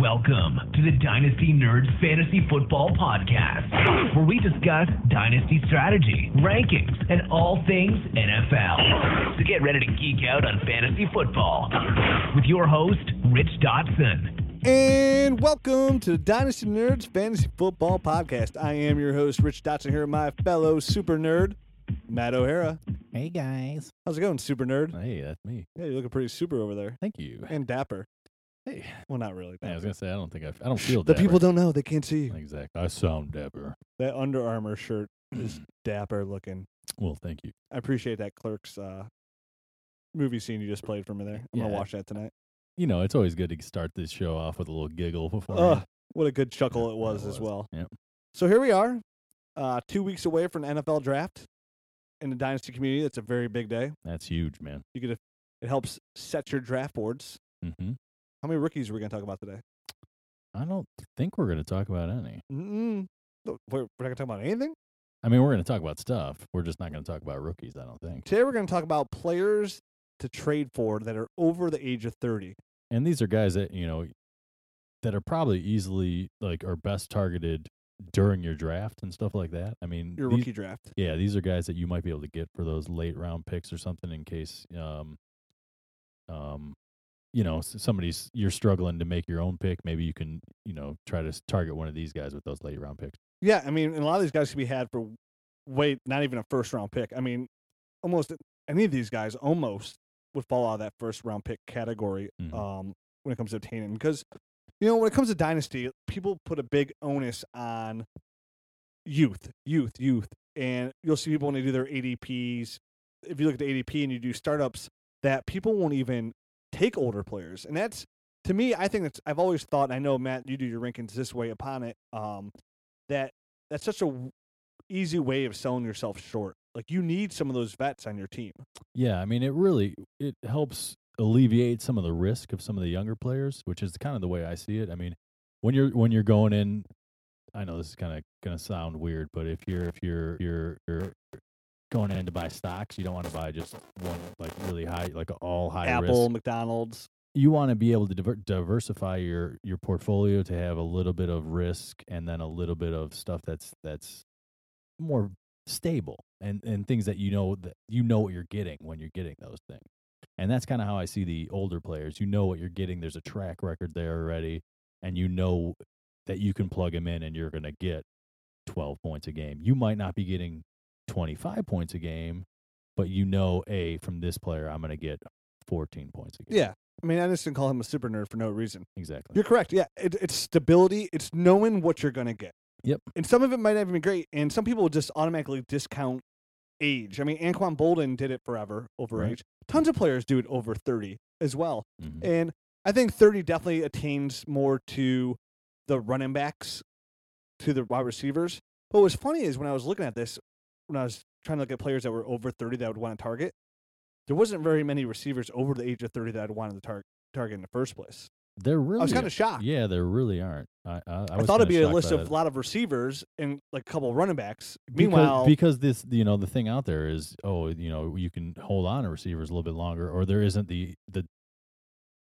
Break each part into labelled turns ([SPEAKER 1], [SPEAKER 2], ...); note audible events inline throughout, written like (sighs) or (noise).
[SPEAKER 1] Welcome to the Dynasty Nerds Fantasy Football Podcast, where we discuss dynasty strategy, rankings, and all things NFL. So get ready to geek out on fantasy football with your host, Rich Dotson.
[SPEAKER 2] And welcome to Dynasty Nerds Fantasy Football Podcast. I am your host, Rich Dotson, here with my fellow super nerd, Matt O'Hara.
[SPEAKER 3] Hey guys.
[SPEAKER 2] How's it going, super nerd?
[SPEAKER 3] Hey, that's me.
[SPEAKER 2] Yeah, you're looking pretty super over there.
[SPEAKER 3] Thank you.
[SPEAKER 2] And dapper.
[SPEAKER 3] Hey. (sighs)
[SPEAKER 2] Well, not really.
[SPEAKER 3] Yeah, I was
[SPEAKER 2] dapper.
[SPEAKER 3] gonna say I don't think I,
[SPEAKER 2] (sighs)
[SPEAKER 3] I don't feel
[SPEAKER 2] the
[SPEAKER 3] dapper.
[SPEAKER 2] people don't know. They can't see you.
[SPEAKER 3] exactly. I sound dapper.
[SPEAKER 2] That Under Armour
[SPEAKER 3] (clears throat)
[SPEAKER 2] shirt is dapper looking.
[SPEAKER 3] Well, thank you.
[SPEAKER 2] I appreciate that Clerks uh, movie scene you just played from me there. I'm going to
[SPEAKER 3] Yeah.
[SPEAKER 2] watch that tonight.
[SPEAKER 3] You know, it's always good to start this show off with a little giggle before.
[SPEAKER 2] Ugh, what a good chuckle it was, as well. So here we are, uh, two weeks away from an NFL draft in the Dynasty community. That's a very big day.
[SPEAKER 3] That's huge, man.
[SPEAKER 2] You get a, it helps set your draft boards.
[SPEAKER 3] Mm-hmm.
[SPEAKER 2] How many rookies are we going to talk about today?
[SPEAKER 3] I don't think we're gonna talk about any.
[SPEAKER 2] Mm-mm. No, We're, we're not going to talk about anything.
[SPEAKER 3] I mean, we're gonna talk about stuff. We're just not gonna talk about rookies. I don't think.
[SPEAKER 2] Today we're going to talk about players to trade for that are over the age of 30.
[SPEAKER 3] And these are guys that you know that are probably easily like are best targeted during your draft and stuff like that. I mean,
[SPEAKER 2] Your
[SPEAKER 3] these-
[SPEAKER 2] rookie draft.
[SPEAKER 3] Yeah, these are guys that you might be able to get for those late round picks or something in case um um you know s- somebody's you're struggling to make your own pick, maybe you can, you know, try to s- target one of these guys with those late round picks.
[SPEAKER 2] Yeah, I mean, and a lot of these guys can be had for wait, not even a first round pick. I mean, almost any of these guys almost would fall out of that first round pick category
[SPEAKER 3] Mhm.
[SPEAKER 2] um, when it comes to obtaining. Because you know, when it comes to dynasty, people put a big onus on youth, youth, youth, and you'll see people when they do their ADPs. If you look at the ADP and you do startups, that people won't even take older players, and that's to me. I think that's I've always thought. And I know Matt, you do your rankings this way upon it. Um, that that's such a w- easy way of selling yourself short. Like you need some of those vets on your team.
[SPEAKER 3] Yeah, I mean it really it helps alleviate some of the risk of some of the younger players, which is kind of the way I see it. I mean, when you're when you're going in I know this is kind of going to sound weird, but if you're if you're you're you're going in to buy stocks, you don't want to buy just one like really high like all high risk
[SPEAKER 2] Apple, McDonald's.
[SPEAKER 3] you want to be able to diver- diversify your your portfolio to have a little bit of risk and then a little bit of stuff that's that's more stable and and things that you know that you know what you're getting when you're getting those things and that's kind of how i see the older players you know what you're getting there's a track record there already and you know that you can plug them in and you're going to get 12 points a game you might not be getting 25 points a game but you know a from this player i'm going to get 14 points a game
[SPEAKER 2] Yeah. I mean, I just didn't call him a super nerd for no reason.
[SPEAKER 3] exactly
[SPEAKER 2] You're correct. Yeah, it, it's stability. It's knowing what you're gonna get.
[SPEAKER 3] Yep.
[SPEAKER 2] And some of it might not even be great. And some people just automatically discount age. I mean, Anquan Bolden did it forever over
[SPEAKER 3] Right.
[SPEAKER 2] age. Tons of players do it over 30 as well.
[SPEAKER 3] Mhm.
[SPEAKER 2] And I think 30 definitely attains more to the running backs, to the wide receivers. But what's funny is when I was looking at this, when I was trying to look at players that were over 30 that I would want to target, there wasn't very many receivers over the age of 30 that I'd wanted to tar- target in the first place.
[SPEAKER 3] There really,
[SPEAKER 2] I was kind of shocked.
[SPEAKER 3] yeah, there really aren't. I, I, I,
[SPEAKER 2] I,
[SPEAKER 3] was
[SPEAKER 2] thought it'd
[SPEAKER 3] kinda
[SPEAKER 2] be a
[SPEAKER 3] shocked
[SPEAKER 2] list
[SPEAKER 3] by
[SPEAKER 2] of a
[SPEAKER 3] that.
[SPEAKER 2] lot of receivers and like a couple of running backs.
[SPEAKER 3] Because-
[SPEAKER 2] Meanwhile,
[SPEAKER 3] because, this, you know, the thing out there is, oh, you know, you can hold on to receivers a little bit longer, or there isn't the the.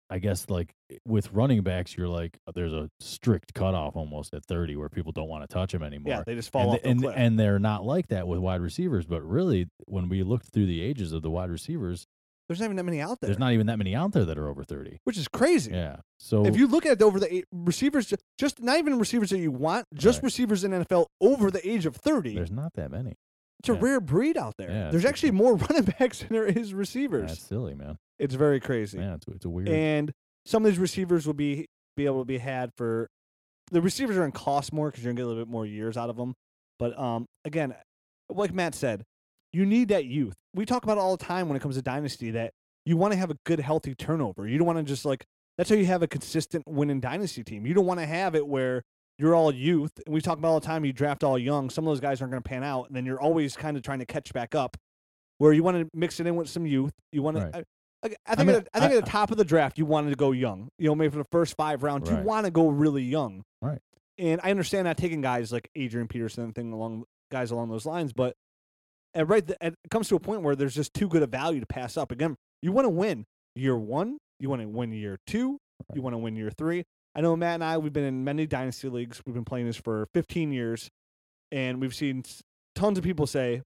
[SPEAKER 3] I guess like eh, with running backs, you're like uh, there's a strict cutoff almost at 30 where people don't want to touch them anymore.
[SPEAKER 2] yeah, they just fall
[SPEAKER 3] and,
[SPEAKER 2] off
[SPEAKER 3] th-
[SPEAKER 2] the
[SPEAKER 3] and,
[SPEAKER 2] cliff.
[SPEAKER 3] and they're not like that with wide receivers. But really, when we looked through the ages of the wide receivers,
[SPEAKER 2] there's not even that many out there,
[SPEAKER 3] there's not even that many out there that are over 30.
[SPEAKER 2] which is crazy.
[SPEAKER 3] Yeah. oh. So
[SPEAKER 2] If you look at it over the eight receivers, ju- just not even receivers that you want, just
[SPEAKER 3] Right.
[SPEAKER 2] receivers in NFL over the age of 30,
[SPEAKER 3] there's not that many.
[SPEAKER 2] it's a
[SPEAKER 3] yeah.
[SPEAKER 2] rare breed out there.
[SPEAKER 3] Yeah,
[SPEAKER 2] there's
[SPEAKER 3] it's-
[SPEAKER 2] actually more (laughs) running backs than there is receivers.
[SPEAKER 3] That's silly, man.
[SPEAKER 2] it's very crazy.
[SPEAKER 3] Yeah, it's, it's a weird.
[SPEAKER 2] And some of these receivers will be be able to be had for the receivers are going to cost more because you're going to get a little bit more years out of them. But um, again, like Matt said, you need that youth. We talk about it all the time when it comes to dynasty that you want to have a good, healthy turnover. You don't want to just like that's how you have a consistent winning dynasty team. You don't want to have it where you're all youth, and we talk about all the time. You draft all young. Some of those guys aren't going to pan out, and then you're always kind of trying to catch back up. Where you want to mix it in with some youth. You want
[SPEAKER 3] Right.
[SPEAKER 2] to. I, I think
[SPEAKER 3] mean,
[SPEAKER 2] at, the- I think
[SPEAKER 3] I-
[SPEAKER 2] at the top of the draft, you wanted to go young. You know, maybe for the first five rounds, you
[SPEAKER 3] Right.
[SPEAKER 2] want to go really young.
[SPEAKER 3] Right.
[SPEAKER 2] And I understand not taking guys like Adrian Peterson and thing along guys along those lines, but at right, th- at, it comes to a point where there's just too good a value to pass up. Again, you want to win year one, you want to win year two, you want to win year three. I know Matt and I, we've been in many dynasty leagues. We've been playing this for 15 years, and we've seen s- tons of people say,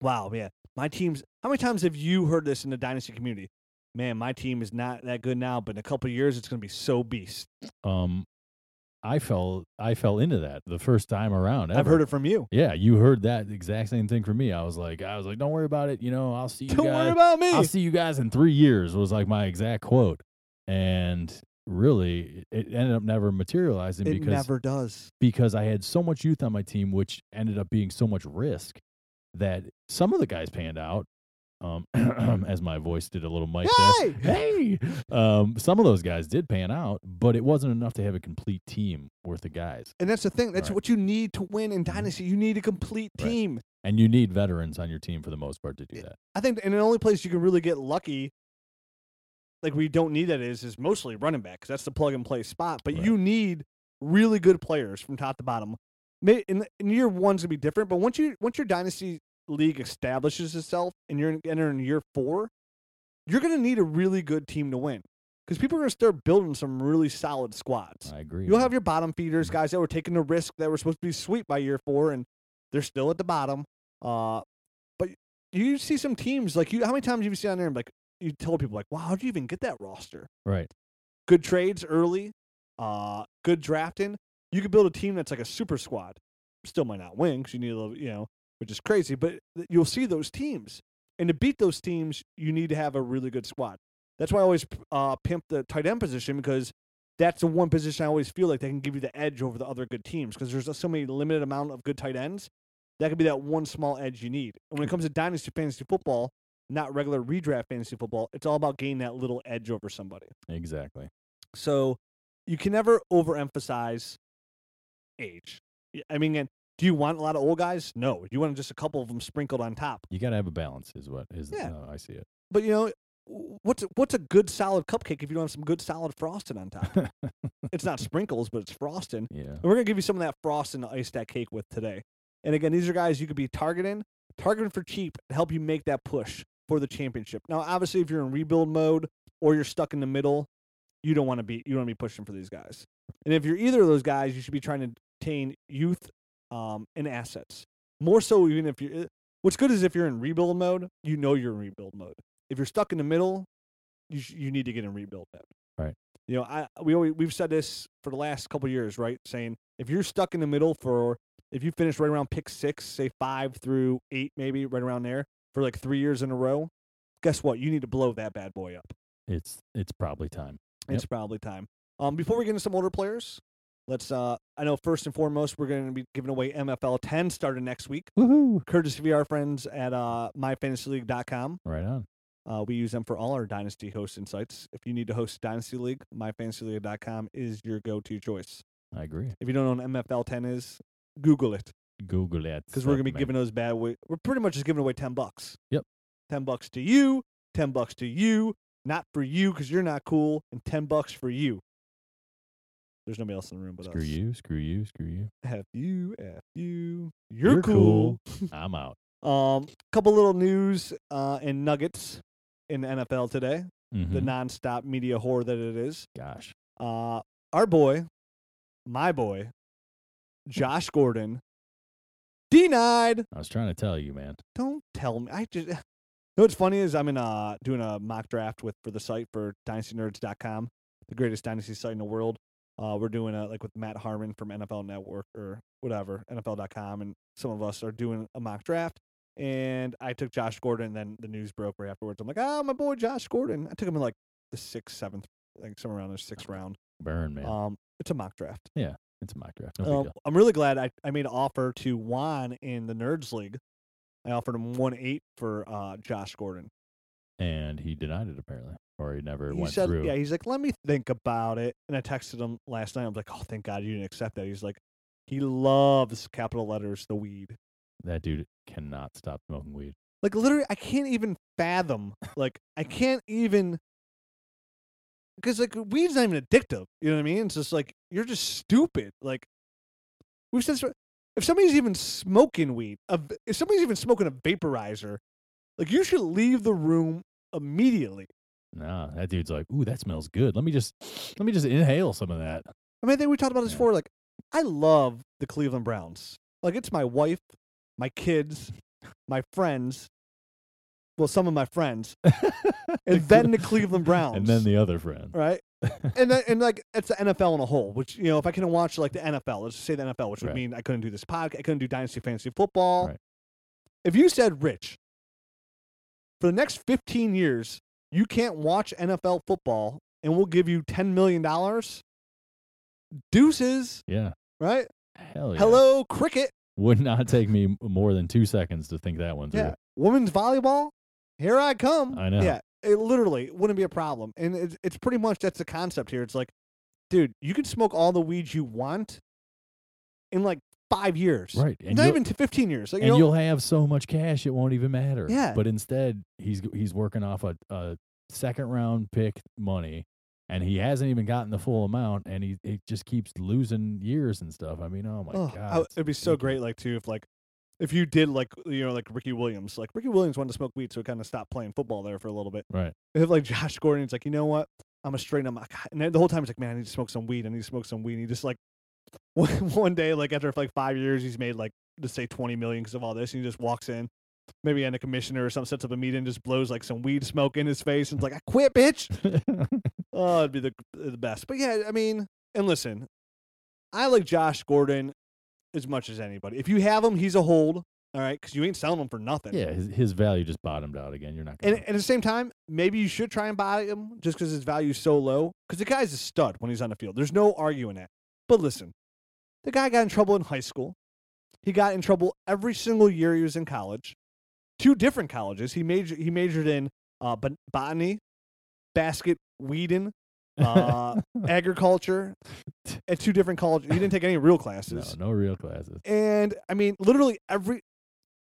[SPEAKER 2] "Wow, man, my team's." How many times have you heard this in the dynasty community? Man, my team is not that good now, but in a couple of years, it's going to be so beast.
[SPEAKER 3] Um, I fell I fell into that the first time around.
[SPEAKER 2] I've
[SPEAKER 3] ever.
[SPEAKER 2] heard it from you.
[SPEAKER 3] Yeah, you heard that exact same thing from me. I was like, I was like, don't worry about it. You know, I'll see you
[SPEAKER 2] Don't
[SPEAKER 3] guys.
[SPEAKER 2] worry about me.
[SPEAKER 3] I'll see you guys in three years was like my exact quote, and really, it ended up never materializing
[SPEAKER 2] it
[SPEAKER 3] because
[SPEAKER 2] never does.
[SPEAKER 3] because I had so much youth on my team, which ended up being so much risk that some of the guys panned out. Um, (clears throat) as my voice did a little mic
[SPEAKER 2] Hey!
[SPEAKER 3] there. Hey, um, some of those guys did pan out, but it wasn't enough to have a complete team worth of guys.
[SPEAKER 2] And that's the thing. That's
[SPEAKER 3] Right. Mm-hmm.
[SPEAKER 2] what you need to win in dynasty. You need a complete
[SPEAKER 3] Right.
[SPEAKER 2] team.
[SPEAKER 3] And you need veterans on your team for the most part to do that.
[SPEAKER 2] I think, and the only place you can really get lucky, like we don't need that is, is mostly running back 'cause that's the plug and play spot. But
[SPEAKER 3] Right.
[SPEAKER 2] you need really good players from top to bottom. May- In, in year one's gonna be different, but once you once your dynasty league establishes itself and you're in- entering year four, you're gonna need a really good team to win because people are gonna start building some really solid squads.
[SPEAKER 3] I agree.
[SPEAKER 2] You'll
[SPEAKER 3] man.
[SPEAKER 2] have your bottom feeders, guys that were taking the risk that were supposed to be sweet by year four, and they're still at the bottom. Uh, but you see some teams like you. How many times have you seen on there? And like you tell people, like, "Wow, how'd you even get that roster?
[SPEAKER 3] right.
[SPEAKER 2] Good trades early, uh, good drafting. You could build a team that's like a super squad. Still might not win because you need a little, you know, which is crazy. But th- you'll see those teams, and to beat those teams, you need to have a really good squad. That's why I always uh, pimp the tight end position because that's the one position I always feel like they can give you the edge over the other good teams because there's so many limited amount of good tight ends. That could be that one small edge you need. And when it comes to dynasty fantasy football, not regular redraft fantasy football, it's all about gaining that little edge over somebody.
[SPEAKER 3] Exactly.
[SPEAKER 2] So you can never overemphasize age. Y- I mean, and do you want a lot of old guys? No. You want just a couple of them sprinkled on top.
[SPEAKER 3] You got to have a balance, is what is.
[SPEAKER 2] Yeah.
[SPEAKER 3] how I see it.
[SPEAKER 2] But you know, w- what's what's a good solid cupcake if you don't have some good solid frosting on top? it's not sprinkles, but it's frosting.
[SPEAKER 3] Yeah.
[SPEAKER 2] And we're gonna give you some of that frosting to ice that cake with today. And again, these are guys you could be targeting, targeting for cheap to help you make that push for the championship. Now, obviously, if you're in rebuild mode or you're stuck in the middle, you don't want to be you don't want to be pushing for these guys. And if you're either of those guys, you should be trying to obtain youth um, and assets more so. Even if you, what's good is if you're in rebuild mode, you know you're in rebuild mode. If you're stuck in the middle, you sh- you need to get in rebuild mode.
[SPEAKER 3] Right.
[SPEAKER 2] You know, I we always, we've said this for the last couple of years, right? Saying if you're stuck in the middle for if you finish right around pick six, say five through eight, maybe right around there for like three years in a row, guess what? You need to blow that bad boy up.
[SPEAKER 3] It's it's probably time. Yep.
[SPEAKER 2] It's probably time. Um, before we get into some older players, let's. Uh, I know first and foremost, we're going to be giving away MFL 10 starting next week,
[SPEAKER 3] Woohoo!
[SPEAKER 2] courtesy of our friends at uh, myfantasyleague.com.
[SPEAKER 3] Right on.
[SPEAKER 2] Uh, we use them for all our dynasty host insights. If you need to host a dynasty league, myfantasyleague.com is your go-to choice.
[SPEAKER 3] I agree.
[SPEAKER 2] If you don't know what MFL 10 is, Google it
[SPEAKER 3] Google it
[SPEAKER 2] because we're
[SPEAKER 3] up,
[SPEAKER 2] gonna be
[SPEAKER 3] man.
[SPEAKER 2] giving those bad. Away. We're pretty much just giving away ten bucks.
[SPEAKER 3] Yep.
[SPEAKER 2] Ten bucks to you. Ten bucks to you. Not for you because you're not cool, and ten bucks for you. There's nobody else in the room but
[SPEAKER 3] Screw
[SPEAKER 2] us.
[SPEAKER 3] you! Screw you! Screw you!
[SPEAKER 2] F you. F you. You're, (laughs)
[SPEAKER 3] I'm out.
[SPEAKER 2] Um, couple little news uh, and nuggets in the NFL today. The
[SPEAKER 3] Mhm.
[SPEAKER 2] nonstop media whore that it is.
[SPEAKER 3] Gosh.
[SPEAKER 2] Uh, our boy, my boy, Josh Gordon, denied.
[SPEAKER 3] I was trying to tell you, man.
[SPEAKER 2] Don't tell me. I just. (sighs) You know what's funny is I'm in uh doing a mock draft with for the site for dynastynerds.com, the greatest dynasty site in the world. Uh, we're doing a like with Matt Harmon from NFL Network or whatever NFL.com, and some of us are doing a mock draft. And I took Josh Gordon, and then the news broke right afterwards. I'm like, ah, my boy Josh Gordon. I took him in like the sixth, seventh, like somewhere around the sixth round.
[SPEAKER 3] Burn, man.
[SPEAKER 2] Um, it's a mock draft.
[SPEAKER 3] it's a mock draft. No big
[SPEAKER 2] Um,
[SPEAKER 3] deal.
[SPEAKER 2] I'm really glad I, I made an offer to Juan in the Nerds League. I offered him one eight for uh, Josh Gordon.
[SPEAKER 3] And he denied it apparently, or he never
[SPEAKER 2] He
[SPEAKER 3] went
[SPEAKER 2] said,
[SPEAKER 3] through.
[SPEAKER 2] "Yeah." He's like, "Let me think about it." And I texted him last night. I was like, "Oh, thank God you didn't accept that." He's like, "He loves capital letters, the weed."
[SPEAKER 3] That dude cannot stop smoking weed.
[SPEAKER 2] Like literally, I can't even fathom. Like I can't even because like weed's not even addictive. You know what I mean? It's just like you're just stupid. Like we've said, this- if somebody's even smoking weed, a v if somebody's even smoking a vaporizer, like you should leave the room immediately.
[SPEAKER 3] Nah, that dude's like, ooh, that smells good. Let me just (sniffs) let me just inhale some of that. (laughs)
[SPEAKER 2] I mean, I think we talked about this
[SPEAKER 3] Yeah.
[SPEAKER 2] before. Like, I love the Cleveland Browns. Like, it's my wife, my kids, my friends. Well, some of my friends, and then the
[SPEAKER 3] (laughs)
[SPEAKER 2] Cleveland Browns,
[SPEAKER 3] And then the other friend.
[SPEAKER 2] right, and then, and like it's the NFL in a whole. Which you know, if I couldn't watch like the NFL, let's just say the NFL, which would
[SPEAKER 3] Right.
[SPEAKER 2] mean I couldn't do this podcast, I couldn't do Dynasty Fantasy Football.
[SPEAKER 3] Right.
[SPEAKER 2] If you said, Rich, for the next fifteen years, you can't watch NFL football, and we'll give you ten million dollars, deuces,
[SPEAKER 3] (laughs) Yeah.
[SPEAKER 2] right?
[SPEAKER 3] Hell Oh, yeah.
[SPEAKER 2] Hello, cricket.
[SPEAKER 3] Would not take me m- more than two seconds to think that one through.
[SPEAKER 2] Yeah. Women's volleyball. Here I come.
[SPEAKER 3] I know.
[SPEAKER 2] Yeah. It literally wouldn't be a problem. And it's, it's pretty much that's the concept here. It's like, dude, you can smoke all the weeds you want in like five years.
[SPEAKER 3] Right. And,
[SPEAKER 2] Not
[SPEAKER 3] you'll,
[SPEAKER 2] even to 15 years. Like,
[SPEAKER 3] and
[SPEAKER 2] you know,
[SPEAKER 3] you'll have so much cash it won't even matter.
[SPEAKER 2] Yeah.
[SPEAKER 3] But instead, he's g- he's working off a, a second round pick money and he hasn't even gotten the full amount and he it just keeps losing years and stuff. I mean, oh my
[SPEAKER 2] oh, I-
[SPEAKER 3] god. it's
[SPEAKER 2] it'd be so great,
[SPEAKER 3] ridiculous.
[SPEAKER 2] like, too, if like, if you did like, you know, like Ricky Williams, like Ricky Williams wanted to smoke weed, so he kind of stopped playing football there for a little bit.
[SPEAKER 3] Right.
[SPEAKER 2] (laughs) If like Josh Gordon's like, you know what? I'm a straight. I'm like, "Ah," and then the whole time he's like, man, I need to smoke some weed. I need to smoke some weed. And he just like (laughs) one, one day, like after like five years, he's made like let's say 20 million because of all this, and he just walks in, maybe and a commissioner or something sets up a meeting, and just blows like some weed smoke in his face, and it's like, I quit, bitch. (laughs) Oh, it'd be the the best. But yeah, I mean, and listen, I like Josh Gordon as much as anybody. If you have him, he's a hold. All right, because you ain't selling him for (laughs) nothing.
[SPEAKER 3] yeah, his, his value just bottomed out again. You're not
[SPEAKER 2] And
[SPEAKER 3] going
[SPEAKER 2] and at the same time, maybe you should try and buy him just because his value is so low. Because the guy's a stud when he's on the field. There's no arguing that. But listen, the guy got in trouble in high school. He got in trouble every single year he was in college. Two different colleges. He majored. He majored in uh, bon- botany, basket weeding, uh,
[SPEAKER 3] (laughs)
[SPEAKER 2] agriculture, at two different colleges. He didn't take any real
[SPEAKER 3] no,
[SPEAKER 2] classes.
[SPEAKER 3] no real classes.
[SPEAKER 2] And I mean, literally every,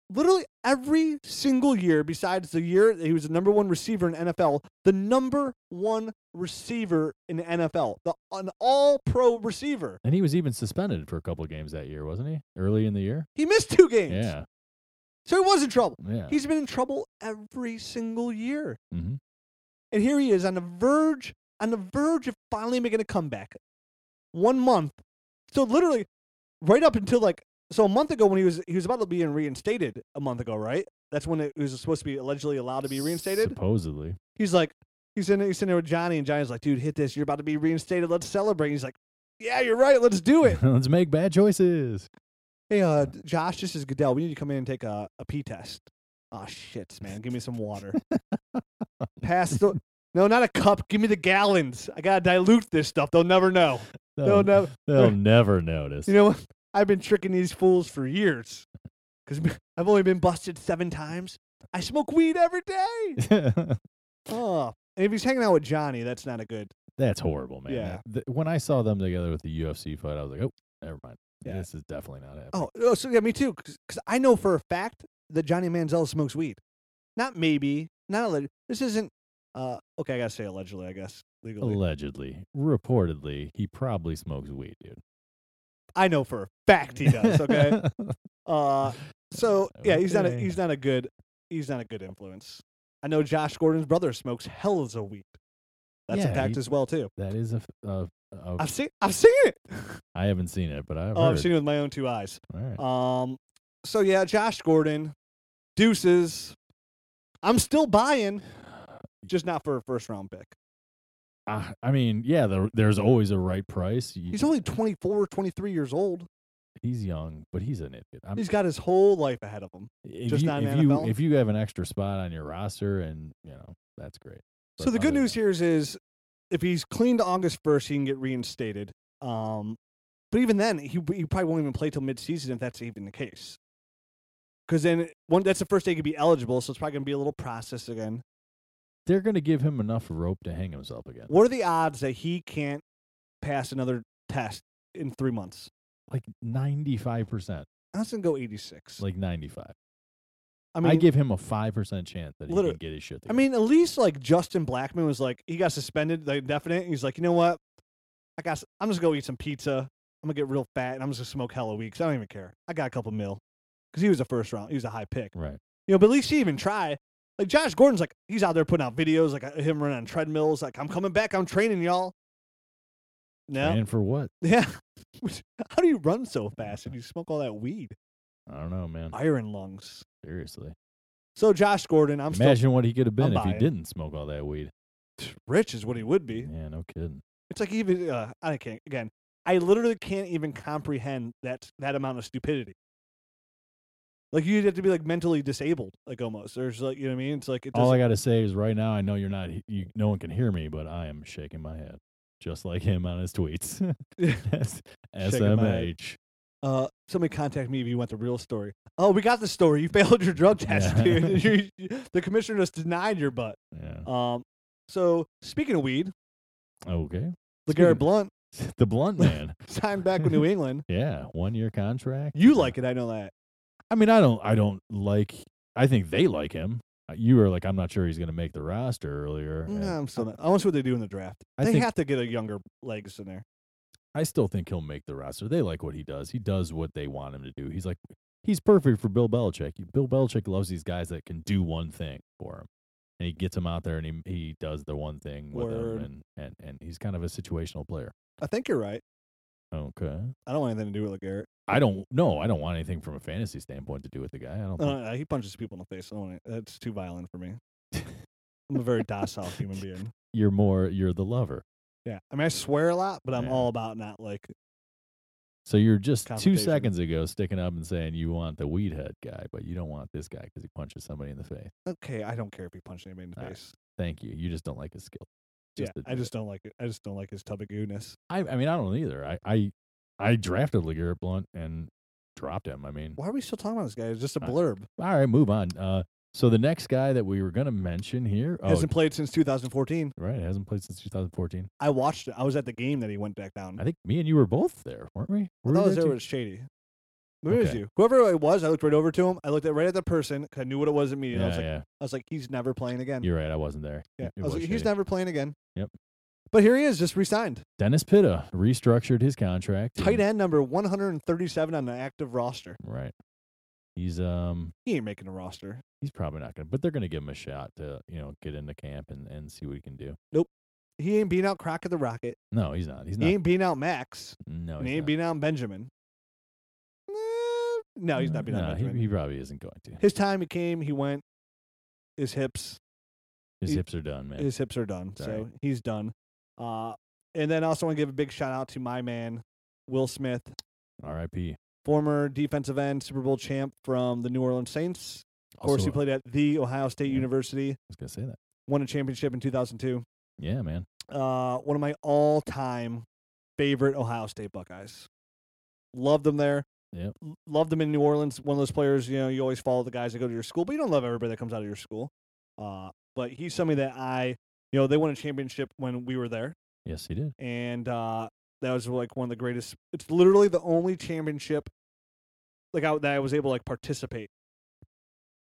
[SPEAKER 2] literally every single year, besides the year that he was the number one receiver in NFL, the number one receiver in the NFL, the an All Pro receiver.
[SPEAKER 3] And he was even suspended for a couple of games that year, wasn't he? Early in the year?
[SPEAKER 2] He missed two games,
[SPEAKER 3] Yeah.
[SPEAKER 2] so he was in trouble.
[SPEAKER 3] Yeah.
[SPEAKER 2] He's been in trouble every single year,
[SPEAKER 3] hmm
[SPEAKER 2] and here he is on the verge, on the verge of finally making a comeback. One month, so literally, right up until like so a month ago when he was he was about to be reinstated a month ago, right? That's when it was supposed to be allegedly allowed to be reinstated.
[SPEAKER 3] Supposedly. (laughs)
[SPEAKER 2] He's like, he's in, he's in there with Johnny, and Johnny's like, dude, hit this. You're about to be reinstated. Let's celebrate. He's like, yeah, you're right. Let's do it.
[SPEAKER 3] Let's make bad choices.
[SPEAKER 2] Hey, uh, Josh, this is Goodell. We need to come in and take a, a pee test. Oh, shit, man. Give me some water. Pass the. No, not a cup. Give me the gallons. I gotta dilute this stuff. They'll never know. They'll
[SPEAKER 3] They'll,
[SPEAKER 2] never. (laughs)
[SPEAKER 3] they'll never notice.
[SPEAKER 2] You know, what? I've been tricking these fools for years because I've only been busted seven times. I smoke weed every
[SPEAKER 3] (laughs)
[SPEAKER 2] day. Oh, and if he's hanging out with Johnny, that's not a good.
[SPEAKER 3] That's horrible, man.
[SPEAKER 2] Yeah.
[SPEAKER 3] Th- when I saw them together with the UFC fight, I was like, oh, never mind.
[SPEAKER 2] Yeah.
[SPEAKER 3] This is definitely not happening.
[SPEAKER 2] Oh, oh, so yeah, me too. Because I know for a fact that Johnny Manziel smokes weed. Not maybe. Not allegedly. This isn't. Uh, okay, I gotta say allegedly. I guess legally.
[SPEAKER 3] Allegedly, reportedly, he probably smokes weed, dude.
[SPEAKER 2] I know for a fact he does. Okay.
[SPEAKER 3] (laughs)
[SPEAKER 2] uh, so yeah, he's not. A,
[SPEAKER 3] Okay.
[SPEAKER 2] he's not a good. He's not a good influence. I know Josh Gordon's brother smokes hells of weed. That's
[SPEAKER 3] Yeah,
[SPEAKER 2] a fact
[SPEAKER 3] he-
[SPEAKER 2] as well too.
[SPEAKER 3] that is a. f- a- a-
[SPEAKER 2] I've seen. I've seen it.
[SPEAKER 3] I haven't seen it, but I've
[SPEAKER 2] Oh,
[SPEAKER 3] heard.
[SPEAKER 2] I've seen it with my own two eyes.
[SPEAKER 3] All right.
[SPEAKER 2] Um, so yeah, Josh Gordon, deuces. I'm still buying, just not for a first round pick.
[SPEAKER 3] I, I mean, yeah, there, there's always a right price. You-
[SPEAKER 2] He's only 24, 23 years old.
[SPEAKER 3] he's young, but he's an idiot. I'm,
[SPEAKER 2] He's got his whole life ahead of him.
[SPEAKER 3] if
[SPEAKER 2] just
[SPEAKER 3] you,
[SPEAKER 2] not in
[SPEAKER 3] if
[SPEAKER 2] the
[SPEAKER 3] you
[SPEAKER 2] NFL?
[SPEAKER 3] if you have an extra spot on your roster, and you know that's great.
[SPEAKER 2] So
[SPEAKER 3] But
[SPEAKER 2] the good
[SPEAKER 3] other
[SPEAKER 2] news
[SPEAKER 3] than-
[SPEAKER 2] here is, is if he's clean to August first, he can get reinstated. Um, but even then, he he probably won't even play till midseason if that's even the case. Because then one that's the first day he could be eligible, so it's probably gonna be a little process again.
[SPEAKER 3] they're going to give him enough rope to hang himself again.
[SPEAKER 2] What are the odds that he can't pass another test in three months?
[SPEAKER 3] Like ninety five percent,
[SPEAKER 2] I was gonna go 86.
[SPEAKER 3] like ninety five.
[SPEAKER 2] I
[SPEAKER 3] I,
[SPEAKER 2] mean,
[SPEAKER 3] give him a five percent chance that he
[SPEAKER 2] Literally-
[SPEAKER 3] can get his shit.
[SPEAKER 2] I
[SPEAKER 3] Together.
[SPEAKER 2] mean, at least like Justin Blackman was like, he got suspended, like definite. And he's like, you know what? I got, s- I'm just gonna go eat some pizza. I'm gonna get real fat and I'm just gonna smoke hella weed 'cause I don't even care. I got a couple mil because he was a first round, he was a high pick.
[SPEAKER 3] right?
[SPEAKER 2] You know, but at least he even tried. Like Josh Gordon's like he's out there putting out videos like uh, him running on treadmills. Like I'm coming back. I'm training y'all. No.
[SPEAKER 3] And for what?
[SPEAKER 2] Yeah. (laughs) Which- How do you run so fast if you smoke all that weed?
[SPEAKER 3] I don't know, man.
[SPEAKER 2] Iron lungs.
[SPEAKER 3] Seriously.
[SPEAKER 2] So Josh Gordon, I'm
[SPEAKER 3] Imagine what he could have been
[SPEAKER 2] I'm
[SPEAKER 3] if he
[SPEAKER 2] buying.
[SPEAKER 3] didn't smoke all that weed.
[SPEAKER 2] still rich, is what he would be.
[SPEAKER 3] Yeah, no kidding.
[SPEAKER 2] It's like even uh, I can't again. I literally can't even comprehend that that amount of stupidity. Like you'd have to be like mentally disabled, like almost. There's like you know what I mean. It's like it
[SPEAKER 3] All
[SPEAKER 2] doesn't-
[SPEAKER 3] I gotta say is right now, I know you're not. he- You, no one can hear me, but I am shaking my head, just like him on his tweets. (laughs) That's
[SPEAKER 2] Shaking my head.
[SPEAKER 3] SMH.
[SPEAKER 2] uh, somebody contact me if you want the real story. Oh, we got the story. You failed your (laughs) drug test,
[SPEAKER 3] Yeah.
[SPEAKER 2] dude. You- you- the commissioner just denied your butt.
[SPEAKER 3] Yeah.
[SPEAKER 2] Um, so speaking of weed,
[SPEAKER 3] Okay. (laughs)
[SPEAKER 2] LeGarrette
[SPEAKER 3] of-
[SPEAKER 2] Blunt (laughs)
[SPEAKER 3] The blunt man.
[SPEAKER 2] signed back with New England.
[SPEAKER 3] yeah, one year contract.
[SPEAKER 2] You like it, I know that.
[SPEAKER 3] I mean, I don't. I don't like. I think they like him. Uh, You were like, I'm not sure he's gonna make the roster earlier. and
[SPEAKER 2] No, I'm still not. I want to see what they do in the draft.
[SPEAKER 3] I
[SPEAKER 2] they
[SPEAKER 3] think-
[SPEAKER 2] have to get a younger legs in there.
[SPEAKER 3] I still think he'll make the roster. They like what he does. He does what they want him to do. He's like he's perfect for Bill Belichick. Bill Belichick loves these guys that can do one thing for him. And he gets him out there and he he does the one thing with
[SPEAKER 2] Word.
[SPEAKER 3] him and, and, and he's kind of a situational player.
[SPEAKER 2] I think you're right.
[SPEAKER 3] Okay.
[SPEAKER 2] I don't want anything to do with LeGarrette.
[SPEAKER 3] I don't no, I don't want anything from a fantasy standpoint to do with the guy. I don't think
[SPEAKER 2] Uh, he punches people in the face. I don't want it. That's too violent for
[SPEAKER 3] (laughs)
[SPEAKER 2] me. I'm a very docile human being.
[SPEAKER 3] you're more you're the lover.
[SPEAKER 2] Yeah. I mean, I swear a lot, but I'm
[SPEAKER 3] Yeah.
[SPEAKER 2] all about not like,
[SPEAKER 3] So you're just two
[SPEAKER 2] Confrontation.
[SPEAKER 3] seconds ago sticking up and saying you want the weed head guy, but you don't want this guy because he punches somebody in the face.
[SPEAKER 2] okay, I don't care if he punched anybody in the
[SPEAKER 3] All right.
[SPEAKER 2] face.
[SPEAKER 3] Thank you. You just don't like his skill.
[SPEAKER 2] yeah.
[SPEAKER 3] to
[SPEAKER 2] I
[SPEAKER 3] do it.
[SPEAKER 2] just don't like it. I just don't like his tub of gooness.
[SPEAKER 3] I, I mean, I don't either. I, I, I drafted LeGarrette Blunt and dropped him. I mean,
[SPEAKER 2] Why are we still talking about this guy? It's just a
[SPEAKER 3] I-
[SPEAKER 2] blurb.
[SPEAKER 3] all right, move on. Uh, so the next guy that we were going to mention here, oh,
[SPEAKER 2] Hasn't played since 2014.
[SPEAKER 3] right, hasn't played since 2014.
[SPEAKER 2] I watched it. I was at the game that he went back down.
[SPEAKER 3] I think me and you were both there, weren't we?
[SPEAKER 2] I
[SPEAKER 3] Were
[SPEAKER 2] thought
[SPEAKER 3] we
[SPEAKER 2] it was
[SPEAKER 3] there
[SPEAKER 2] there
[SPEAKER 3] too?
[SPEAKER 2] was Shady. Maybe it was
[SPEAKER 3] Okay.
[SPEAKER 2] you. Whoever it was, I looked right over to him. I looked at right at the person 'cause I knew what it was immediately. I
[SPEAKER 3] yeah,
[SPEAKER 2] was like,
[SPEAKER 3] yeah.
[SPEAKER 2] I was like, he's never playing again.
[SPEAKER 3] You're right. I wasn't there.
[SPEAKER 2] yeah.
[SPEAKER 3] It- it
[SPEAKER 2] I was,
[SPEAKER 3] was
[SPEAKER 2] like, he's
[SPEAKER 3] shady.
[SPEAKER 2] never playing again.
[SPEAKER 3] Yep.
[SPEAKER 2] But here he is, just resigned.
[SPEAKER 3] Dennis Pitta restructured his contract.
[SPEAKER 2] Tight
[SPEAKER 3] and-
[SPEAKER 2] end number 137 on the active roster.
[SPEAKER 3] Right. He's um
[SPEAKER 2] He ain't making the roster.
[SPEAKER 3] he's probably not gonna, but they're gonna give him a shot to you know get into camp and and see what he can do.
[SPEAKER 2] He ain't beating out Crockett the Rocket.
[SPEAKER 3] No, he's not. He's
[SPEAKER 2] He
[SPEAKER 3] not.
[SPEAKER 2] ain't beating out Max.
[SPEAKER 3] No,
[SPEAKER 2] and he
[SPEAKER 3] he's
[SPEAKER 2] ain't
[SPEAKER 3] not.
[SPEAKER 2] beating out Benjamin. Eh, No, he's not beating
[SPEAKER 3] No,
[SPEAKER 2] out
[SPEAKER 3] he,
[SPEAKER 2] Benjamin.
[SPEAKER 3] he probably isn't going to.
[SPEAKER 2] His time, he came, he went. His hips,
[SPEAKER 3] His
[SPEAKER 2] He-
[SPEAKER 3] hips are done, man.
[SPEAKER 2] his hips are done.
[SPEAKER 3] It's all
[SPEAKER 2] so he's done. Uh, and then also want to give a big shout out to my man, Will Smith,
[SPEAKER 3] R.I.P.
[SPEAKER 2] former defensive end, Super Bowl champ from the New Orleans Saints. Of course,
[SPEAKER 3] Also,
[SPEAKER 2] he played at the Ohio State
[SPEAKER 3] Yeah.
[SPEAKER 2] University,
[SPEAKER 3] I was gonna say that.
[SPEAKER 2] won a championship in 2002.
[SPEAKER 3] Yeah, man.
[SPEAKER 2] Uh, one of my all time favorite Ohio State Buckeyes. Loved them there.
[SPEAKER 3] Yep.
[SPEAKER 2] L- Loved them in New Orleans. One of those players, you know, you always follow the guys that go to your school, but you don't love everybody that comes out of your school. Uh, but he's somebody that I, you know, they won a championship when we were there.
[SPEAKER 3] Yes, he did.
[SPEAKER 2] and uh, that was like one of the greatest. It's literally the only championship like I, that I was able to like participate.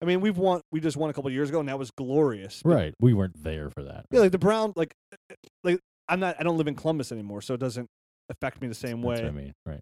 [SPEAKER 2] I mean, we've won. We just won a couple years ago, and that was glorious. but-
[SPEAKER 3] Right. We weren't there for that.
[SPEAKER 2] Yeah, like the Brown. Like, eh, like I'm not. I don't live in Columbus anymore, so it doesn't affect me the same
[SPEAKER 3] That's
[SPEAKER 2] way.
[SPEAKER 3] what I mean. Right.